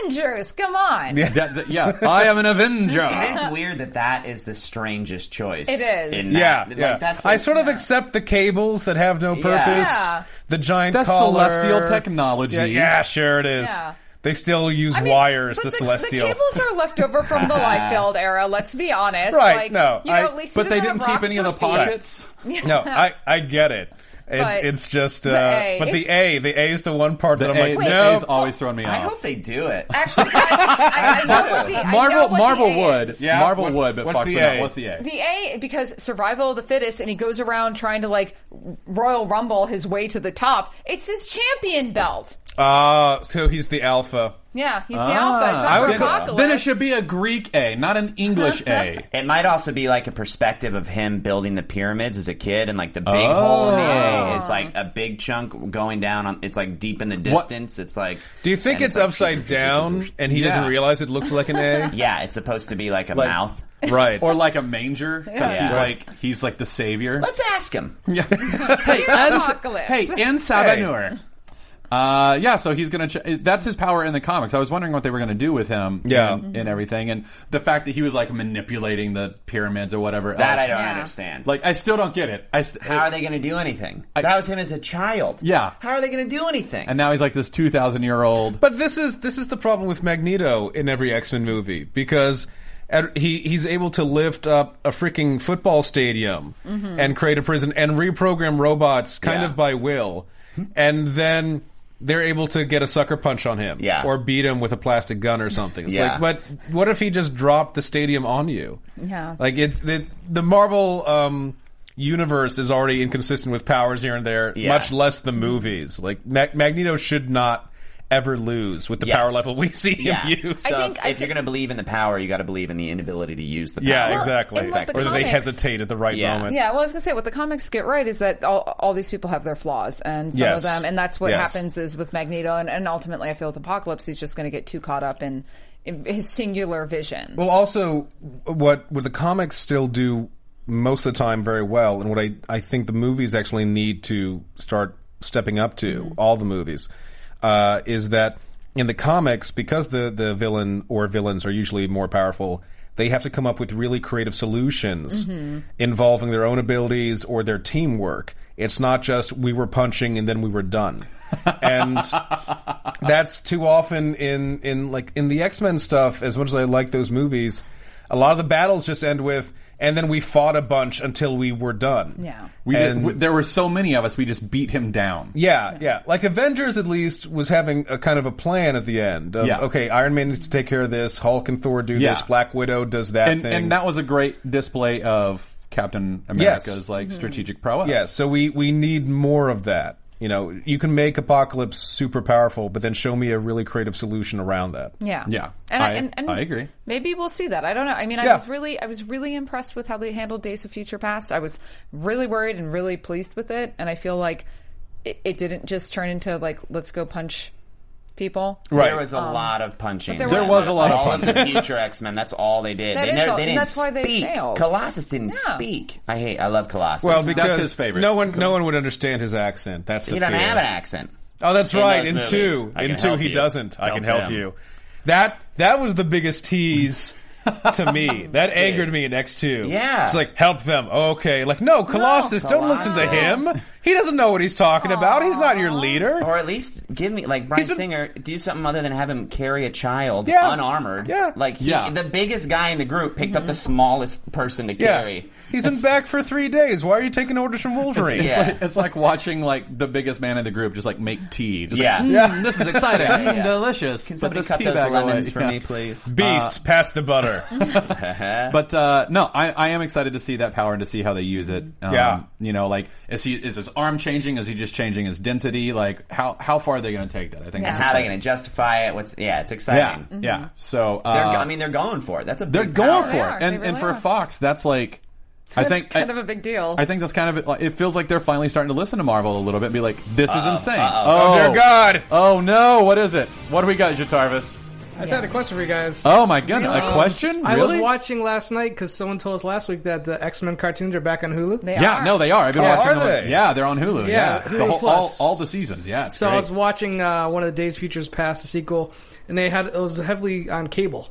S5: Avengers. Come on.
S4: that- that- yeah, I am an
S6: It
S4: Avenger.
S6: is weird that that is the strangest choice.
S5: It is.
S6: in that.
S7: yeah,
S6: Like,
S7: yeah.
S6: That's
S7: I sort of accept the cables that have no purpose.
S5: Yeah.
S7: The giant
S4: That's
S7: collar.
S4: celestial technology.
S7: Yeah, yeah, sure it is.
S5: Yeah.
S7: They still use
S5: I mean,
S7: wires.
S5: but
S7: The, celestial.
S5: The cables are left over from the Liefeld era. Let's be honest.
S7: Right,
S5: Like,
S7: no,
S5: You know,
S7: I-
S5: at least he
S4: but they
S5: doesn't
S4: didn't
S5: have
S4: keep any of the
S5: rocks for feet.
S4: pockets.
S7: no, I I get it. It-
S5: But
S7: it's just, uh,
S5: the A,
S7: but the
S5: it's-
S7: A, the A is the one part
S4: The
S7: that I'm
S4: A,
S7: like,
S4: the
S7: no,
S4: A's always throwing me off.
S6: I hope they do it.
S5: Actually, guys, I, I know what the I know
S4: Marvel,
S5: what
S4: Marvel
S5: the A
S4: would,
S5: is.
S7: Yeah,
S4: Marvel
S7: what-
S4: would, but
S7: what's
S4: Fox
S7: the
S4: would not.
S7: A?
S4: What's the A?
S5: The A because survival of the fittest, and he goes around trying to like Royal Rumble his way to the top. It's his champion belt.
S7: Ah, so he's the alpha.
S5: Yeah, he's the
S4: Ah,
S5: alpha. It's not
S4: I
S5: for
S4: would-
S5: apocalypse.
S4: Then it should be a Greek A, not an English A.
S6: It might also be like a perspective of him building the pyramids as a kid, and like the big hole in the
S5: Oh.
S6: A is like a big chunk going down. On, it's like deep in the distance. It's like.
S7: Do you think
S6: and
S7: it's
S6: like-
S7: upside down and he
S4: Yeah.
S7: doesn't realize it looks like an A?
S6: Yeah, it's supposed to be like a
S4: Like-
S6: mouth.
S7: Right.
S4: or like a manger, 'cause
S6: Yeah.
S4: he's like he's like the savior.
S6: Let's ask him.
S4: hey,
S5: Apocalypse.
S4: hey, and Sabanur. Uh, yeah, so he's gonna. Ch- that's his power in the comics. I was wondering what they were gonna do with him.
S7: Yeah.
S4: and,
S5: Mm-hmm.
S4: and everything, and the fact that he was like manipulating the pyramids or whatever.
S6: That I
S4: else.
S6: don't
S5: Yeah.
S6: understand.
S4: Like, I still don't get it. I st-
S6: how are they going to do anything?
S4: I-
S6: that was him as a child.
S4: Yeah.
S6: How are they going to do anything?
S4: and now he's like this two thousand year old.
S7: But this is this is the problem with Magneto in every X Men movie because at, he he's able to lift up a freaking football stadium and create a prison and reprogram robots kind
S6: Mm-hmm. Yeah.
S7: of by will, and then they're able to get a sucker punch on him
S6: Yeah.
S7: or beat him with a plastic gun or something. It's
S6: Yeah.
S7: like, but what if he just dropped the stadium on you?
S5: Yeah.
S7: like it's the the Marvel. Um, Universe is already inconsistent with powers here and there,
S6: Yeah.
S7: much less
S6: Mm-hmm.
S7: the movies. Like Mag- Magneto should not ever lose with the
S6: Yes.
S7: power level we see him
S6: yeah.
S7: use.
S6: So
S5: I think-
S6: if
S5: I
S6: you're
S5: think-
S6: going to believe in the power, you got to believe in the inability to use the power.
S7: yeah,
S5: Well,
S7: exactly.
S5: and what the
S7: or that they
S5: comics-
S7: hesitate at the right
S6: Yeah.
S7: moment.
S5: Yeah, well, I was gonna say what the comics get right is that all, all these people have their flaws, and some
S7: Yes.
S5: of them, and that's what
S7: Yes.
S5: happens is with Magneto, and, and ultimately, I feel with Apocalypse, he's just gonna get too caught up in, in his singular vision.
S7: Well, also, what what the comics still do most of the time very well, and what I I think the movies actually need to start stepping up to all the movies, uh, is that in the comics because the the villain or villains are usually more powerful. They have to come up with really creative solutions involving their own abilities or their teamwork. It's not just we were punching and then we were done. And that's too often in in like in the X Men stuff. As much as I like those movies, a lot of the battles just end with, and then we fought a bunch until we were done.
S5: Yeah.
S4: We did,
S7: And-
S4: w- there were so many of us. We just beat him down.
S7: yeah, yeah. Like Avengers, at least was having a kind of a plan at the end. Of,
S4: Yeah.
S7: Okay, Iron Man needs to take care of this. Hulk and Thor do
S4: Yeah.
S7: this. Black Widow does that
S4: and
S7: thing.
S4: and that was a great display of Captain
S7: Yes.
S4: America's like
S5: Hmm.
S4: strategic prowess.
S7: yeah. So we we need more of that. You know, you can make Apocalypse super powerful, but then show me a really creative solution around that.
S5: Yeah.
S4: Yeah.
S5: And I,
S4: I-
S5: and, and
S4: I agree.
S5: Maybe we'll see that. I don't know. I mean, I
S7: Yeah.
S5: was really, I was really impressed with how they handled Days of Future Past. I was really worried and really pleased with it. And I feel like it, it didn't just turn into like, let's go punch people.
S7: Right.
S6: There was a lot of punching.
S5: Um, there There was- was
S4: a lot of
S6: all of the future X Men. That's all they did.
S5: That
S6: they,
S5: is
S6: never,
S5: all-
S6: they
S5: and
S6: didn't
S5: that's why they
S6: speak.
S5: failed.
S6: Colossus didn't
S5: Yeah.
S6: speak. I hate. I love Colossus.
S7: well, because
S4: his favorite.
S7: no one, no one would understand his accent. That's the
S6: he doesn't
S7: fear.
S6: have an accent.
S7: Oh, that's
S6: in
S7: right.
S6: those
S7: In
S6: movies.
S7: two,
S6: I
S7: in
S6: can
S7: two,
S6: help
S7: he
S6: you.
S7: doesn't. I can
S6: Help
S7: help
S6: him.
S7: you. That that was the biggest tease to me. That angered me in X two.
S6: Yeah.
S7: it's like help them. Okay, like no, Colossus, don't listen to him. He doesn't know what he's talking about. He's not your leader.
S6: Or at least give me like Brian
S7: He's been-
S6: Singer do something other than have him carry a child
S7: Yeah.
S6: unarmored.
S7: Yeah.
S6: like he,
S4: Yeah.
S6: the biggest guy in the group picked up the
S5: Mm-hmm.
S6: smallest person to
S7: yeah,
S6: carry.
S7: he's been back for three days. Why are you taking orders from Wolverine?
S6: yeah.
S4: It's like, it's like watching like the biggest man in the group just like make tea. Just
S6: Yeah.
S4: like,
S6: Yeah.
S4: "Mm, this is exciting,
S6: Yeah, yeah.
S4: Mm, delicious.
S6: Can
S4: But
S6: somebody
S4: this
S6: cut
S4: tea
S6: those
S4: bag
S6: lemons
S4: away.
S6: for
S4: Yeah.
S6: me, please?
S7: Beast, pass the butter.
S4: But uh, no, I, I am excited to see that power and to see how they use it. Um,
S7: Yeah.
S4: you know, like is he is his arm changing? Is he just changing his density? Like how how far are they going to take that? I think
S5: Yeah.
S4: that's
S6: How are they
S4: exciting.
S6: going to justify it? What's yeah? It's
S4: Yeah,
S5: Mm-hmm.
S6: exciting.
S4: yeah. So uh,
S6: Mm-hmm. They're, go- I mean, they're going for it. That's a
S4: they're
S6: big
S4: going
S6: power.
S4: for
S5: are.
S4: it,
S5: They
S4: and
S5: really
S4: and for
S5: are.
S4: Fox, that's like I
S5: That's
S4: think
S5: kind
S4: I-
S5: of a big deal.
S4: I think that's kind of it. Feels like they're finally starting to listen to Marvel a little bit. and Be like, this is insane.
S7: Oh, dear God.
S4: Oh no! What is it? What do we got, Jatarvis?
S8: I just had a question for you guys.
S4: Oh my goodness!
S5: Really?
S4: A question?
S8: I was
S4: Really?
S8: watching last night because someone told us last week that the X Men cartoons are back on Hulu.
S5: They
S4: Yeah,
S5: are.
S4: no, they are. I've been
S7: Oh,
S4: watching
S7: are
S4: them.
S7: they?
S4: Yeah, they're on Hulu. Yeah,
S8: Yeah,
S4: The
S8: Hulu
S4: whole- all,
S8: Plus.
S4: all the seasons. Yeah, it's
S8: So I
S4: great.
S8: was watching uh, one of the Days Futures Past, the sequel, and they had it was heavily on cable.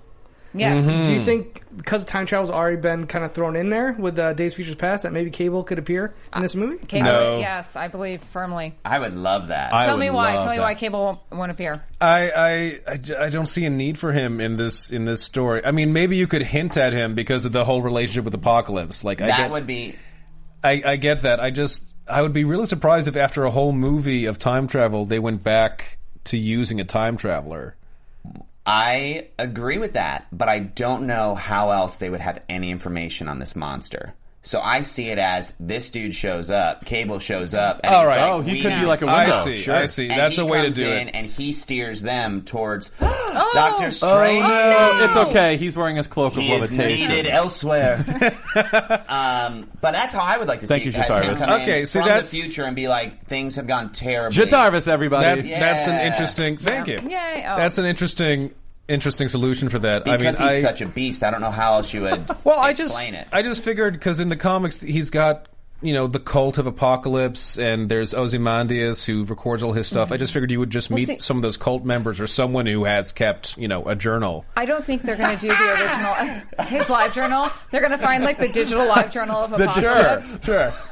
S5: Yes.
S8: Do you think because time travel's already been kind of thrown in there with uh, Days Futures Past that maybe cable could appear in this movie?
S5: Cable,
S7: No.
S5: yes, I believe firmly.
S6: I would love that.
S7: I
S5: Tell
S7: would
S5: me why.
S7: love
S5: Tell me
S7: that.
S5: why cable won't, won't appear.
S7: I, I- I j- I don't see a need for him in this in this story. I mean, maybe you could hint at him because of the whole relationship with Apocalypse. Like I
S6: that
S7: get,
S6: would be.
S7: I, I get that. I just I would be really surprised if after a whole movie of time travel they went back to using a time traveler.
S6: I agree with that, but I don't know how else they would have any information on this monster. So I see it as this dude shows up, Cable shows up. And
S7: All
S6: he's
S7: right.
S6: like,
S7: Oh,
S4: he
S6: "We
S4: could be
S6: know
S4: like a
S6: something."
S4: window.
S7: I see.
S4: sure.
S7: I see.
S6: And
S7: That's
S6: he
S7: a way to
S6: comes
S7: do
S6: in
S7: it. Oh,
S6: And he steers them towards Doctor Strange.
S4: Oh, it's okay. He's wearing his cloak
S6: He
S4: of
S6: is
S4: levitation.
S6: needed elsewhere. um, but that's how I would like to
S4: Thank
S6: see
S4: you,
S6: it, as him
S4: Jataris.
S6: come in
S7: Okay, so
S6: from
S7: that's-
S6: the future and be like, things have gone terribly.
S4: Jatarvis, everybody.
S7: That, That's an
S6: Yeah.
S7: interesting. Thank you.
S5: Yay. Oh.
S7: That's an interesting interesting solution for that.
S6: Because
S7: I mean,
S6: he's
S7: I,
S6: such a beast, I don't know how else you would
S7: Well, I just
S6: explain it.
S7: I just figured because in the comics he's got you know the cult of apocalypse and there's Ozymandias who records all his stuff. I just figured you would just meet
S5: see-
S7: some of those cult members or someone who has kept you know a journal.
S5: I don't think they're going to do the original, his live journal. They're going to find like the digital live journal of apocalypse.
S7: sure.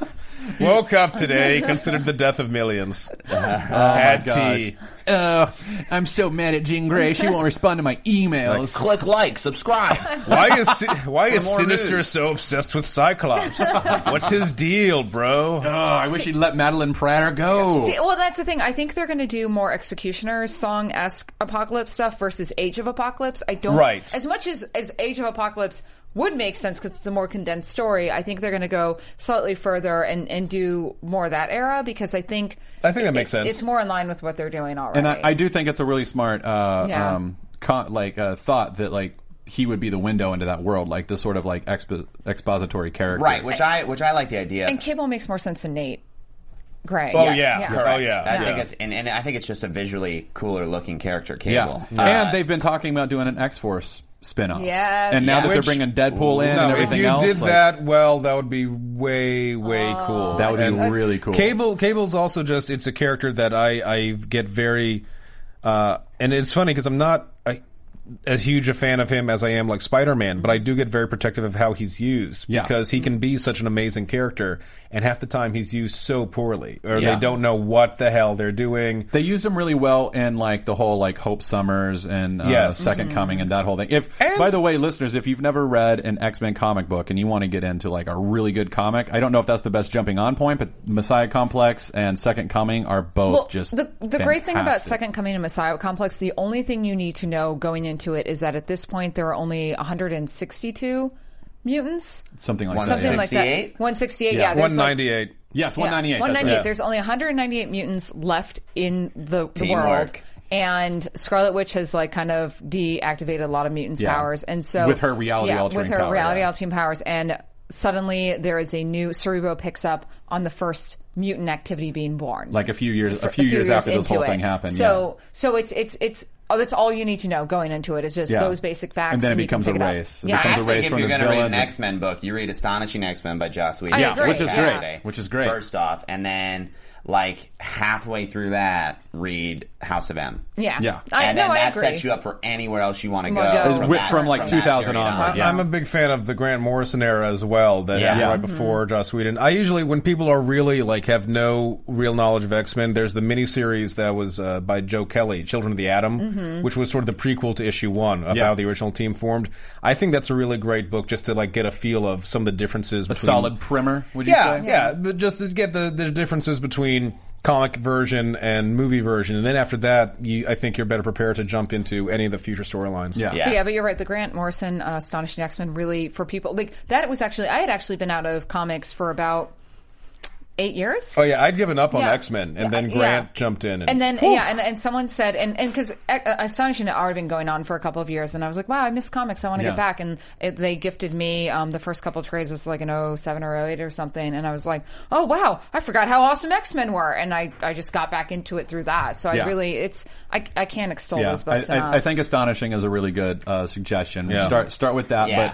S7: Woke up today, considered the death of millions. Had tea.
S4: Oh, I'm so mad at Jean Grey. She won't respond to my emails.
S6: Click like, subscribe.
S7: Why is why is
S6: more Sinister news.
S7: so obsessed with Cyclops? What's his deal, bro?
S4: oh, I wish he'd let Madeline Pryor go.
S5: See, well, that's the thing. I think they're going to do more Executioners song esque apocalypse stuff versus Age of Apocalypse. I don't
S7: Right.
S5: as much as as Age of Apocalypse would make sense because it's a more condensed story. I think they're going to go slightly further and and do more of that era because I think
S7: I think that makes sense.
S5: It's more in line with what they're doing already.
S4: and I, I do think it's a really smart, uh,
S5: Yeah.
S4: um, con- like uh, thought that like he would be the window into that world, like this sort of like expo- expository character.
S6: right, which I which I like the idea.
S5: and Cable makes more sense than Nate Gray.
S7: Oh,
S5: Yes,
S7: yeah.
S5: yeah.
S7: Correct. Oh, yeah.
S6: I think
S7: Yeah.
S6: it's and, and I think it's just a visually cooler looking character.
S4: Yeah.
S6: Cable. Uh,
S4: and they've been talking about doing an X Force spin off.
S5: Yes.
S4: And now that
S5: Yeah.
S4: they're
S7: Which-
S4: bringing Deadpool in and
S7: No, if
S4: everything
S7: you
S4: else,
S7: did
S4: like,
S7: that well, that would be way way cool.
S4: that would be
S7: And-
S4: really cool.
S7: Cable Cable's also just it's a character that I I get very uh and it's funny because I'm not I, as huge a fan of him as I am like Spider-Man, but I do get very protective of how he's used
S4: Yeah.
S7: because he can be such an amazing character and half the time he's used so poorly or
S4: Yeah.
S7: they don't know what the hell they're doing.
S4: They used him really well in like the whole like Hope Summers and uh,
S7: Yes.
S4: Second
S5: Mm-hmm.
S4: Coming and that whole thing. If
S7: And-
S4: by the way, listeners, if you've never read an X Men comic book and you want to get into like a really good comic, I don't know if that's the best jumping on point, but Messiah Complex and Second Coming are both
S5: Well,
S4: just
S5: the, the great thing about
S4: fantastic.
S5: Second Coming and Messiah Complex, the only thing you need to know going into it is that at this point there are only 162 mutants,
S4: something like
S6: Something
S4: that. yeah.
S5: something like that.
S6: 168?
S5: 168, yeah.
S4: Yeah.
S5: there's like-
S7: 198.
S4: yes,
S5: yeah,
S4: one ninety eight.
S5: 198. There's only 198 mutants left in the, the
S6: Teamwork.
S5: world. And Scarlet Witch has like kind of deactivated a lot of mutants'
S4: Yeah.
S5: powers, and so
S4: With her reality
S5: yeah,
S4: altering
S5: with her
S4: power,
S5: reality
S4: yeah.
S5: altering powers, and suddenly there is a new Cerebro picks up on the first mutant activity being born,
S4: like a few years,
S5: for
S4: a few, years, after this
S5: into
S4: whole
S5: it.
S4: thing happened.
S5: So so it's it's it's oh, that's all you need to know going into it is just
S4: Yeah.
S5: those basic facts.
S4: And then it
S5: you can
S4: becomes a
S5: pick up.
S4: race. It
S5: Yeah.
S4: becomes
S6: I
S4: a
S6: think
S4: race
S6: if
S4: from
S6: you're
S4: the
S6: going to read an
S4: villains and-
S6: X Men book, you read Astonishing X Men by Joss Whedon.
S5: Yeah, agree. which is great.
S6: Saturday,
S4: Which is great.
S6: First off, and then like halfway through that, read House of M.
S5: Yeah.
S4: Yeah.
S5: I,
S6: and
S5: no,
S6: then
S5: I
S6: that
S5: agree. Oh
S6: sets you up for anywhere else you want to go.
S5: Wanna go.
S4: Whip
S6: that-
S4: from, like,
S6: that
S4: 2000
S6: period
S5: Uh-huh.
S4: onward,
S6: on.
S4: yeah.
S7: I'm a big fan of the Grant Morrison era as well. That
S6: Yeah.
S7: happened
S6: Yeah.
S7: right before Joss Whedon. I usually, when people are really like have no real knowledge of X Men, there's the miniseries that was uh, by Joe Kelly, Children of the Atom, which was sort of the prequel to issue one of
S4: Yeah.
S7: how the original team formed. I think that's a really great book just to like get a feel of some of the differences.
S4: a solid primer, would you
S7: Yeah,
S4: say?
S7: yeah, but just to get the, the differences between comic version and movie version, and then after that, you, I think you're better prepared to jump into any of the future storylines.
S4: Yeah.
S5: But yeah, but you're right. The Grant Morrison uh, Astonishing X Men really for people like that was actually I had actually been out of comics for about eight years.
S7: Oh yeah, I'd given up on
S5: Yeah.
S7: X Men, and then
S5: Yeah.
S7: Grant jumped in, and,
S5: And then yeah, and, and someone said and and because astonishing had already been going on for a couple of years, and I was like, wow, I miss comics, I want to
S4: Yeah.
S5: get back. And it, they gifted me um, the first couple of trades was like an 07 or 08 or something, and I was like, oh wow, I forgot how awesome X Men were, and I I just got back into it through that. So
S4: Yeah.
S5: I really it's I I can't extol
S4: Yeah,
S5: those
S4: I,
S5: books enough.
S4: I, I think astonishing is a really good uh, suggestion.
S7: Yeah.
S4: Start start with that,
S6: Yeah.
S4: but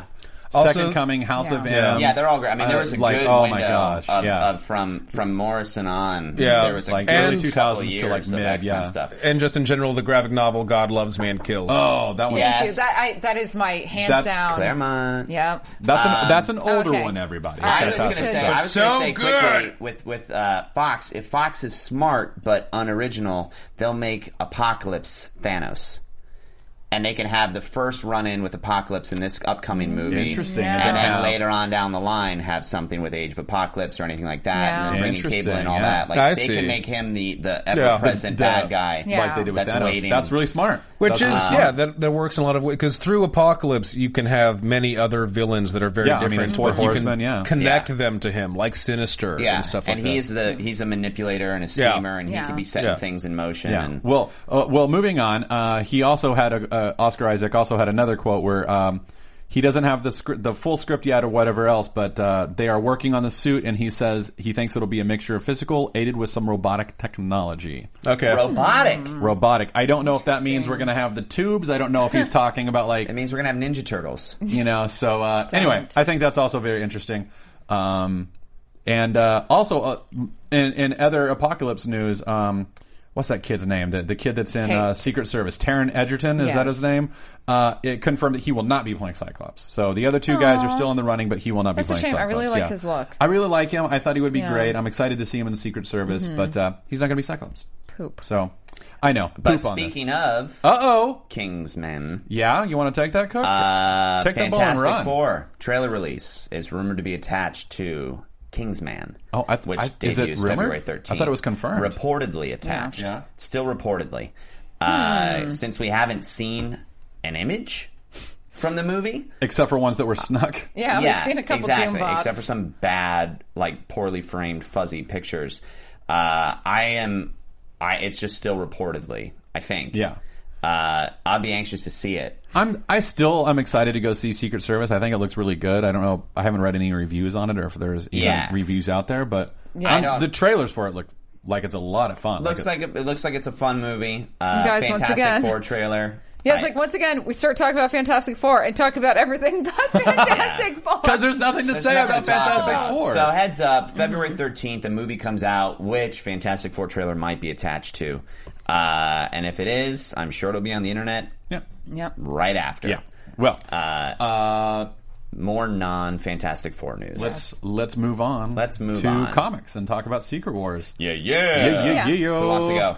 S4: Second Coming, House of M.
S7: Yeah.
S6: yeah, they're all great. I mean, there
S4: uh,
S6: was a
S4: like,
S6: good
S4: oh my
S6: window
S4: gosh,
S6: of,
S4: yeah.
S6: of from from Morrison on.
S7: Yeah,
S6: there was a
S4: like
S6: good
S7: early
S6: couple
S4: 2000s to,
S6: years
S4: like,
S6: of
S4: mid,
S6: X-Men
S4: yeah.
S6: stuff.
S7: and just in general, the graphic novel "God Loves Man Kills."
S4: oh, that one's
S5: Thank
S6: Yeah.
S5: you.
S6: Yes.
S5: That I, that is my hands
S4: That's
S5: down.
S6: Claremont.
S5: Yeah.
S4: that's an, that's an older
S5: okay.
S4: one. Everybody,
S6: Um,
S5: That's
S6: I was going to
S5: fantastic.
S6: say, I was
S7: So
S6: going to say quickly
S7: good.
S6: with with uh, Fox. If Fox is smart but unoriginal, they'll make Apocalypse Thanos, and they can have the first run in with Apocalypse in this upcoming movie.
S4: Mm, Interesting.
S5: Yeah.
S6: And then
S4: have-
S6: later on down the line, have something with Age of Apocalypse or anything like that, and
S5: Yeah.
S6: then bringing Cable
S4: Interesting,
S6: and all
S4: yeah.
S6: that. Like
S7: I
S6: they
S7: see.
S6: can make him the the
S7: the-
S6: ever present
S4: the-
S6: bad guy.
S5: Yeah.
S4: like they did with
S6: That's
S4: Thanos.
S6: waiting.
S4: That's really smart.
S7: Which
S4: That's
S7: is
S4: really smart.
S7: yeah, that that works in a lot of ways because through Apocalypse you can have many other villains that are very
S4: Yeah, I mean,
S7: different.
S4: it's Four
S7: but you
S4: Horsemen,
S7: can
S4: yeah.
S7: connect them to him, like Sinister
S6: yeah,
S7: and stuff like that.
S6: he's the he's a manipulator and a
S7: Yeah.
S6: schemer, and
S5: Yeah.
S6: he can be setting
S7: Yeah.
S6: things in motion.
S4: Yeah.
S6: And,
S4: Well, uh, well, moving on. Uh, he also had a uh, Oscar Isaac also had another quote where um, he doesn't have the script, the full script yet, or whatever else, but uh, they are working on the suit, and he says he thinks it'll be a mixture of physical aided with some robotic technology.
S7: okay.
S6: robotic.
S5: Mm.
S4: Robotic. I don't know if that means we're going to have the tubes. I don't know if he's talking about like
S6: It means we're gonna have Ninja Turtles.
S4: you know. So uh, anyway, I think that's also very interesting. Um, and uh, also uh, in, in other apocalypse news, um, what's that kid's name? The, the kid that's in
S5: Tate.
S4: uh, Secret Service, Taron Egerton, is that
S5: Yes.
S4: his name? Uh, it confirmed that he will not be playing Cyclops. So the other two guys are still in the running, but he will not be
S5: That's a
S4: playing
S5: shame. I
S4: Cyclops.
S5: really like
S4: yeah.
S5: his look.
S4: I really like him. I thought he would be
S5: Yeah. Mm-hmm.
S4: great. I'm excited to see him in the Secret Service, but uh, he's not going to be Cyclops.
S5: Poop.
S4: So I know.
S6: But
S4: Poop
S6: speaking
S4: on
S6: of
S4: Uh oh.
S6: Kingsman,
S4: Yeah, you want to take that, Cook?
S6: uh,
S4: Take the ball and
S6: Fantastic
S4: run.
S6: Four trailer release is rumored to be attached to Kingsman.
S4: Oh, I th-
S6: which
S4: I- is it
S6: debuts
S4: rumored?
S6: February
S4: I
S6: 13th.
S4: thought it was confirmed.
S6: Reportedly attached.
S4: Yeah.
S6: Still reportedly.
S5: Hmm.
S6: Uh, since we haven't seen an image from the movie,
S4: Except for ones that were snuck.
S5: Yeah, we've seen a couple
S6: exactly.
S5: Doom bots.
S6: Except for some bad, like poorly framed, fuzzy pictures. Uh, I am. I. It's just still reportedly. I think.
S4: Yeah.
S6: Uh, I'll be anxious to see it.
S4: I'm I still I'm excited to go see Secret Service. I think it looks really good. I don't know. I haven't read any reviews on it or if there's even
S6: Yeah.
S4: reviews out there, but
S6: I
S4: I'm,
S6: don't-
S4: the trailers for it look like it's a lot of fun.
S6: Looks
S4: it-
S6: like it, it looks like it's a fun movie. Uh,
S5: Guys, once
S6: Fantastic
S5: again.
S6: Four trailer.
S5: Yeah, it's
S6: I-
S5: like once again we start talking about Fantastic Four and talk about everything but Fantastic Four.
S4: because there's nothing to
S6: There's
S4: say
S6: nothing
S4: about
S6: to talk
S4: Fantastic
S6: about.
S4: Four.
S6: So heads up, February thirteenth, a movie comes out which Fantastic Four trailer might be attached to, uh, and if it is, I'm sure it'll be on the internet
S4: yeah.
S5: Yep.
S6: right after.
S4: Yeah. Well, uh,
S6: More non Fantastic Four news.
S4: let's let's move on.
S6: Let's move
S4: to
S6: on.
S4: comics and talk about Secret Wars.
S6: yeah, yeah.
S5: Yeah.
S6: Who wants to go?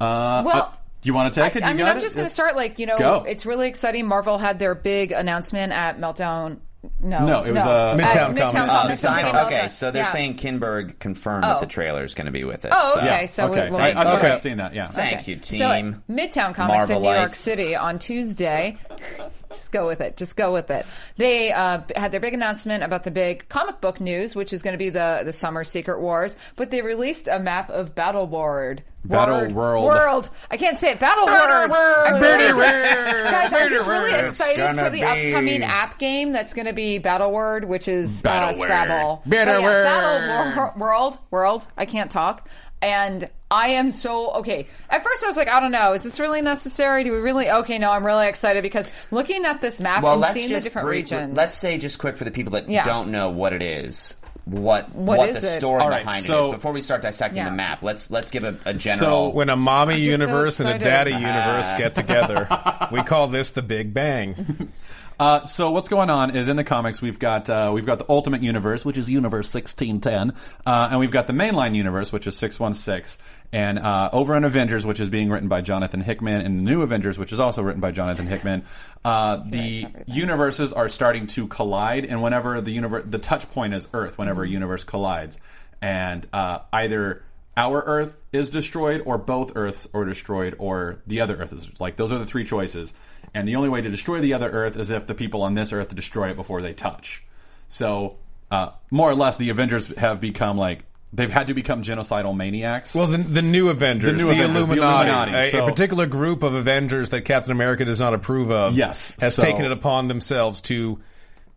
S5: Well,
S4: Uh, You want to take it?
S5: I, I
S4: You
S5: mean,
S4: got
S5: I'm
S4: it?
S5: just going to start like you know,
S4: Go.
S5: it's really exciting. Marvel had their big announcement at Meltdown. No,
S4: No, it was, uh,
S5: At
S7: Midtown
S5: Midtown
S7: Comics.
S6: Oh,
S5: Comics, something
S6: Simon.
S5: else.
S6: Okay, so they're
S5: Yeah.
S6: saying Kinberg confirmed
S5: Oh.
S6: that the trailer is going to be with it.
S5: Oh,
S6: so-
S5: okay.
S4: Yeah.
S5: So
S4: okay.
S5: we, we'll
S4: I, I
S5: make-
S4: thought
S5: okay.
S4: I'd seen that. Yeah.
S6: Thank
S5: Okay.
S6: you, team.
S5: So, uh, Midtown Comics in New York
S6: Marvelites.
S5: City on Tuesday. Just go with it. Just go with it. They uh, had their big announcement about the big comic book news, which is going to be the the summer Secret Wars. But they released a map of Battle World.
S4: Battle World.
S5: World. I can't say it. Battle World. I'm really just- Guys, I'm just really excited for the upcoming app game that's going to be Battle Word, which is uh,
S3: Battle Word.
S5: Scrabble.
S4: Battle
S5: But yeah,
S4: Word.
S5: Battle Wor- World. World. I can't talk. And I am so okay. At first, I was like, I don't know, is this really necessary? Do we really? Okay, no, I'm really excited because looking at this map
S6: Well,
S5: and
S6: let's
S5: seeing the
S6: just
S5: different
S6: brief-
S5: regions.
S6: Let's say just quick for the people that
S5: Yeah.
S6: don't know what it is. What what,
S5: is
S6: the
S5: it?
S6: story
S4: All right,
S6: behind it
S4: so-
S6: is before we start dissecting
S5: Yeah.
S6: the map. Let's let's give a, a general.
S7: when a mommy
S5: just so
S7: universe and a daddy
S5: excited.
S7: universe get together, we call this the Big Bang.
S4: Uh, so what's going on is in the comics we've got uh, we've got the Ultimate Universe, which is Universe sixteen ten, uh, and we've got the Mainline Universe, which is six one six, and uh, over in Avengers, which is being written by Jonathan Hickman, and the New Avengers, which is also written by Jonathan Hickman. Uh, the universes are starting to collide, and whenever the universe, the touch point is Earth, whenever a universe collides, and uh, either our Earth is destroyed, or both Earths are destroyed, or the other Earth is like those are the three choices. And the only way to destroy the other Earth is if the people on this Earth destroy it before they touch. So, uh, more or less, the Avengers have become like They've had to become genocidal maniacs.
S7: Well, the, the new Avengers, the,
S4: new Avengers, the
S7: Illuminati,
S4: Illuminati,
S7: a,
S4: so-
S7: a particular group of Avengers that Captain America does not approve of,
S4: Yes,
S7: has
S4: so-
S7: taken it upon themselves to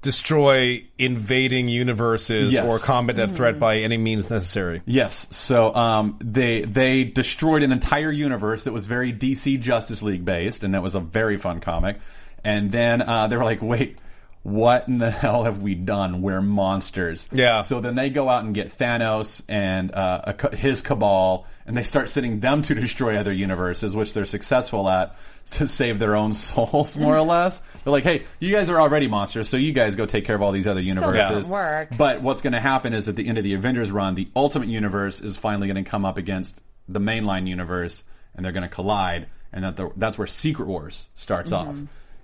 S7: destroy invading universes
S4: Yes.
S7: or combat that threat by any means necessary.
S4: Yes. So um, they they destroyed an entire universe that was very DC Justice League based, and that was a very fun comic. And then uh, they were like, "Wait, what in the hell have we done? We're monsters."
S7: Yeah.
S4: So then they go out and get Thanos and uh, a, ca- his cabal, and they start sending them to destroy other universes, which they're successful at to save their own souls, more or less. They're like, "Hey, you guys are already monsters, so you guys go take care of all these other universes."
S5: doesn't work.
S4: But what's going to happen is at the end of the Avengers run, the Ultimate Universe is finally going to come up against the mainline universe, and they're going to collide, and that the, that's where Secret Wars starts
S5: Mm-hmm.
S4: off,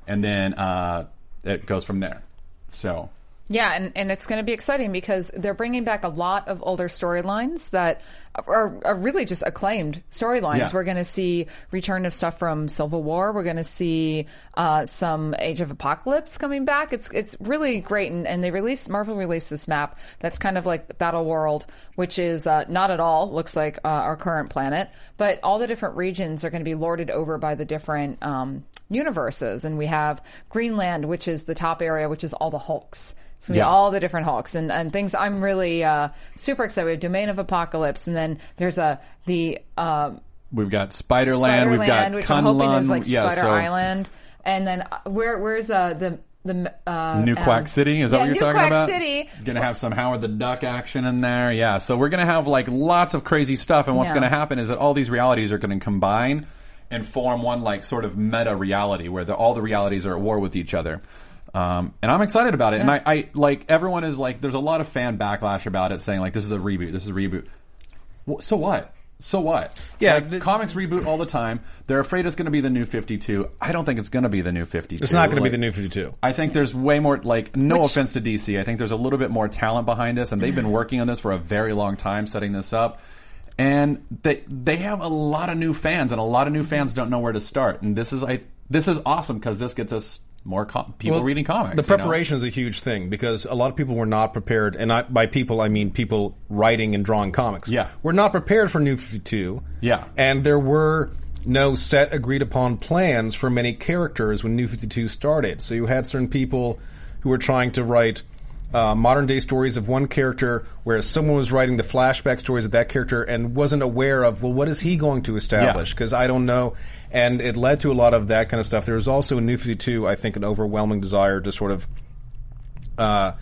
S4: and then uh, it goes from there. So
S5: Yeah, and, and it's going to be exciting because they're bringing back a lot of older storylines that are, are really just acclaimed storylines.
S4: Yeah.
S5: We're going to see return of stuff from Civil War. We're going to see uh, some Age of Apocalypse coming back. It's it's really great, and, and they released Marvel released this map that's kind of like Battle World, which is uh, not at all looks like uh, our current planet, but all the different regions are going to be lorded over by the different. Um, Universes, and we have Greenland, which is the top area, which is all the Hulks. It's gonna
S4: Yeah.
S5: be all the different Hulks and, and things. I'm really uh, super excited. We have Domain of Apocalypse, and then there's a the um,
S4: we've got Spider Land,
S5: Spider
S4: we've got
S5: Land, which I'm
S4: Kunlun,
S5: hoping is like
S4: yeah,
S5: Spider
S4: so-
S5: Island, and then uh, where where's uh, the the uh,
S4: New
S5: um,
S4: Quack City? Is that
S5: yeah,
S4: what you're
S5: New
S4: talking
S5: Quack
S4: about?
S5: City.
S4: Gonna have some Howard the Duck action in there. Yeah. So we're gonna have like lots of crazy stuff and what's
S5: Yeah.
S4: gonna happen is that all these realities are gonna combine and form one like sort of meta reality where the, all the realities are at war with each other. Um, and I'm excited about it. And I, I like everyone is like there's a lot of fan backlash about it saying like this is a reboot, this is a reboot. Wh- So what? So what?
S7: Yeah,
S4: Like,
S7: the-
S4: comics reboot all the time. They're afraid it's going to be the new 52. I don't think it's going to be the new 52.
S7: It's not going to be
S4: Like-
S7: the new 52.
S4: I think there's way more, like, no offense to DC. I think there's a little bit more talent behind this, and they've been working on this for a very long time, setting this up. And they they have a lot of new fans, and a lot of new fans don't know where to start. And this is I this is awesome because this gets us more com- people
S7: Well,
S4: reading comics.
S7: The
S4: you know?
S7: preparation is a huge thing because a lot of people were not prepared, and I, by people I mean people writing and drawing comics.
S4: Yeah.
S7: were not prepared for New Fifty Two.
S4: Yeah.
S7: and there were no set agreed upon plans for many characters when New Fifty Two started. So you had certain people who were trying to write. Uh, modern day stories of one character, whereas someone was writing the flashback stories of that character and wasn't aware of, well, what is he going to establish? because I don't know. And it led to a lot of that kind of stuff. There was also in New 52, I think, an overwhelming desire to sort of uh,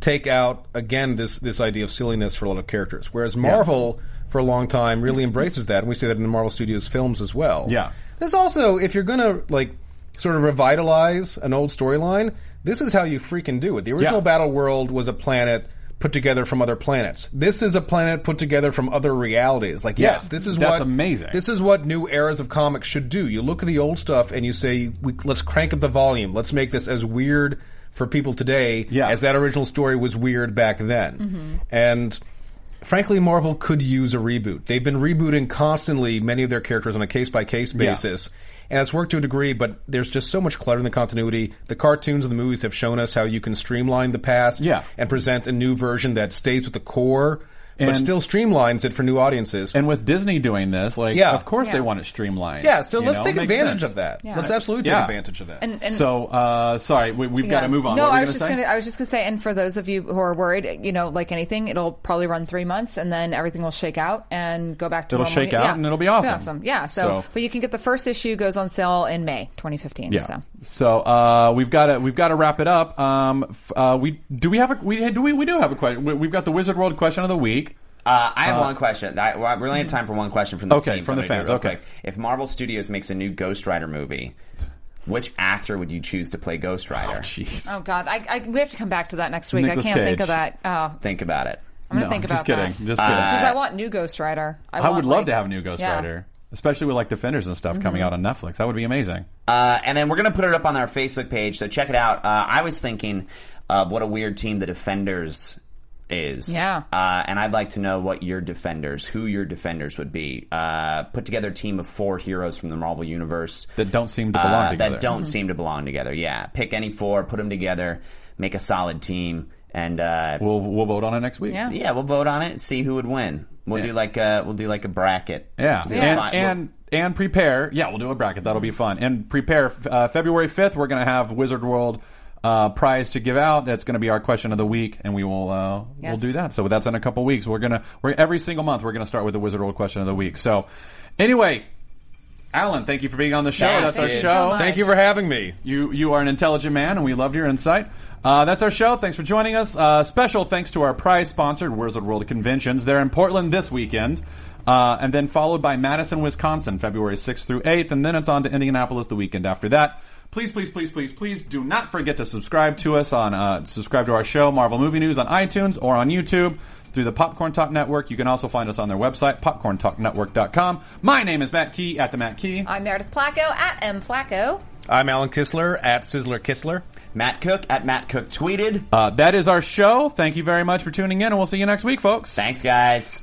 S7: take out, again, this, this idea of silliness for a lot of characters. Whereas Marvel, for a long time, really embraces that. And we see that in the Marvel Studios films as well.
S4: Yeah.
S7: This also, if you're going to, like, sort of revitalize an old storyline, this is how you freaking do it. The original
S4: Yeah.
S7: Battle World was a planet put together from other planets. This is a planet put together from other realities. Like,
S4: Yeah.
S7: yes, this is
S4: That's
S7: what
S4: amazing.
S7: This is what new eras of comics should do. You look at the old stuff and you say, we, "Let's crank up the volume. Let's make this as weird for people today
S4: Yeah. Mm-hmm.
S7: as that original story was weird back then." And frankly, Marvel could use a reboot. They've been rebooting constantly many of their characters on a case by case basis. And it's worked to a degree, but there's just so much clutter in the continuity. The cartoons and the movies have shown us how you can streamline the past
S4: Yeah.
S7: and present a new version that stays with the core, but
S4: And-
S7: still streamlines it for new audiences.
S4: And with Disney doing this, like,
S7: Yeah.
S4: of course they
S5: Yeah.
S4: want it streamlined.
S7: Yeah, so
S4: you
S7: let's
S4: know?
S7: take
S4: Makes
S7: advantage
S4: sense.
S7: of that.
S5: Yeah.
S7: Let's absolutely
S4: Yeah.
S7: take advantage of that.
S5: And, and
S4: So, uh, sorry, we, we've got to
S5: Yeah.
S4: move on.
S5: No,
S4: What were
S5: I
S4: you
S5: was just
S4: say?
S5: gonna. I was just gonna say, and for those of you who are worried, you know, like anything, it'll probably run three months, and then everything will shake out and go back to.
S4: It'll
S5: normal.
S4: shake out
S5: Yeah.
S4: and it'll be awesome.
S5: Yeah. So,
S4: So-
S5: but you can get the first issue goes on sale in May 2015.
S4: Yeah.
S5: So.
S4: So uh, we've got to we've got to wrap it up. Um, f- uh, we do we have a we do we, we do have a question. We, we've got the Wizard World question of the week.
S6: Uh, I have one question. I, well, we only have time for one question from the
S4: Okay,
S6: team. so
S4: from
S6: I'm
S4: the
S6: gonna do
S4: fans,
S6: it real
S4: okay.
S6: quick. If Marvel Studios makes a new Ghost Rider movie, which actor would you choose to play Ghost Rider?
S4: Jeez.
S5: Oh God, I, I we have to come back to that next week.
S4: Nicolas
S5: I can't think
S4: Cage.
S5: of that. Oh, I'm
S6: Think about it.
S5: gonna
S4: No,
S5: think
S4: just
S5: about
S4: kidding.
S5: that. Uh,
S4: Just kidding.
S5: because I want new Ghost Rider. I,
S4: I
S5: want,
S4: would love
S5: like-
S4: to have a new Ghost
S5: Yeah. Mm-hmm.
S4: Rider, especially with like Defenders and stuff coming out on Netflix. That would be amazing.
S6: Uh, and then we're going to put it up on our Facebook page, so check it out. Uh, I was thinking of what a weird team the Defenders is.
S5: Yeah.
S6: Uh, and I'd like to know what your Defenders, who your Defenders would be. Uh, put together a team of four heroes from the Marvel Universe
S4: That don't seem to belong
S6: uh,
S4: together.
S6: That don't seem to belong together, yeah. Pick any four, put them together, make a solid team. and uh,
S4: We'll we'll vote on it next week.
S5: Yeah.
S6: yeah, we'll vote on it and see who would win. We'll do like a we'll do like a bracket.
S4: Yeah,
S6: We'll do a
S4: and
S6: fi-
S4: and and prepare. Yeah, we'll do a bracket. That'll be fun. And prepare. Uh, February fifth, we're going to have Wizard World uh, prize to give out. That's going to be our question of the week, and we will uh,
S5: Yes.
S4: we'll do that. So that's in a couple weeks. We're gonna we're every single month we're gonna start with the Wizard World question of the week. So anyway, Alan, thank you for being on the show.
S6: Thanks,
S4: that's our
S6: dude.
S4: show.
S5: so
S7: Thank
S5: much.
S7: you for having me.
S4: You you are an intelligent man, and we loved your insight. Uh, that's our show. Thanks for joining us. Uh, special thanks to our prize sponsored Wizard World Conventions. They're in Portland this weekend, uh, and then followed by Madison, Wisconsin, February 6th through 8th, and then it's on to Indianapolis the weekend after that. Please, please, please, please, please do not forget to subscribe to us on uh, subscribe to our show, Marvel Movie News, on iTunes or on YouTube through the Popcorn Talk Network. You can also find us on their website, popcorntalknetwork.com. My name is Matt Key at the Matt Key.
S5: I'm Meredith Placco at M Placco.
S7: I'm Alan Kistler at Sizzler Kistler.
S6: Matt Cook at Matt Cook tweeted.
S4: Uh, that is our show. Thank you very much for tuning in, and we'll see you next week, folks.
S6: Thanks, guys.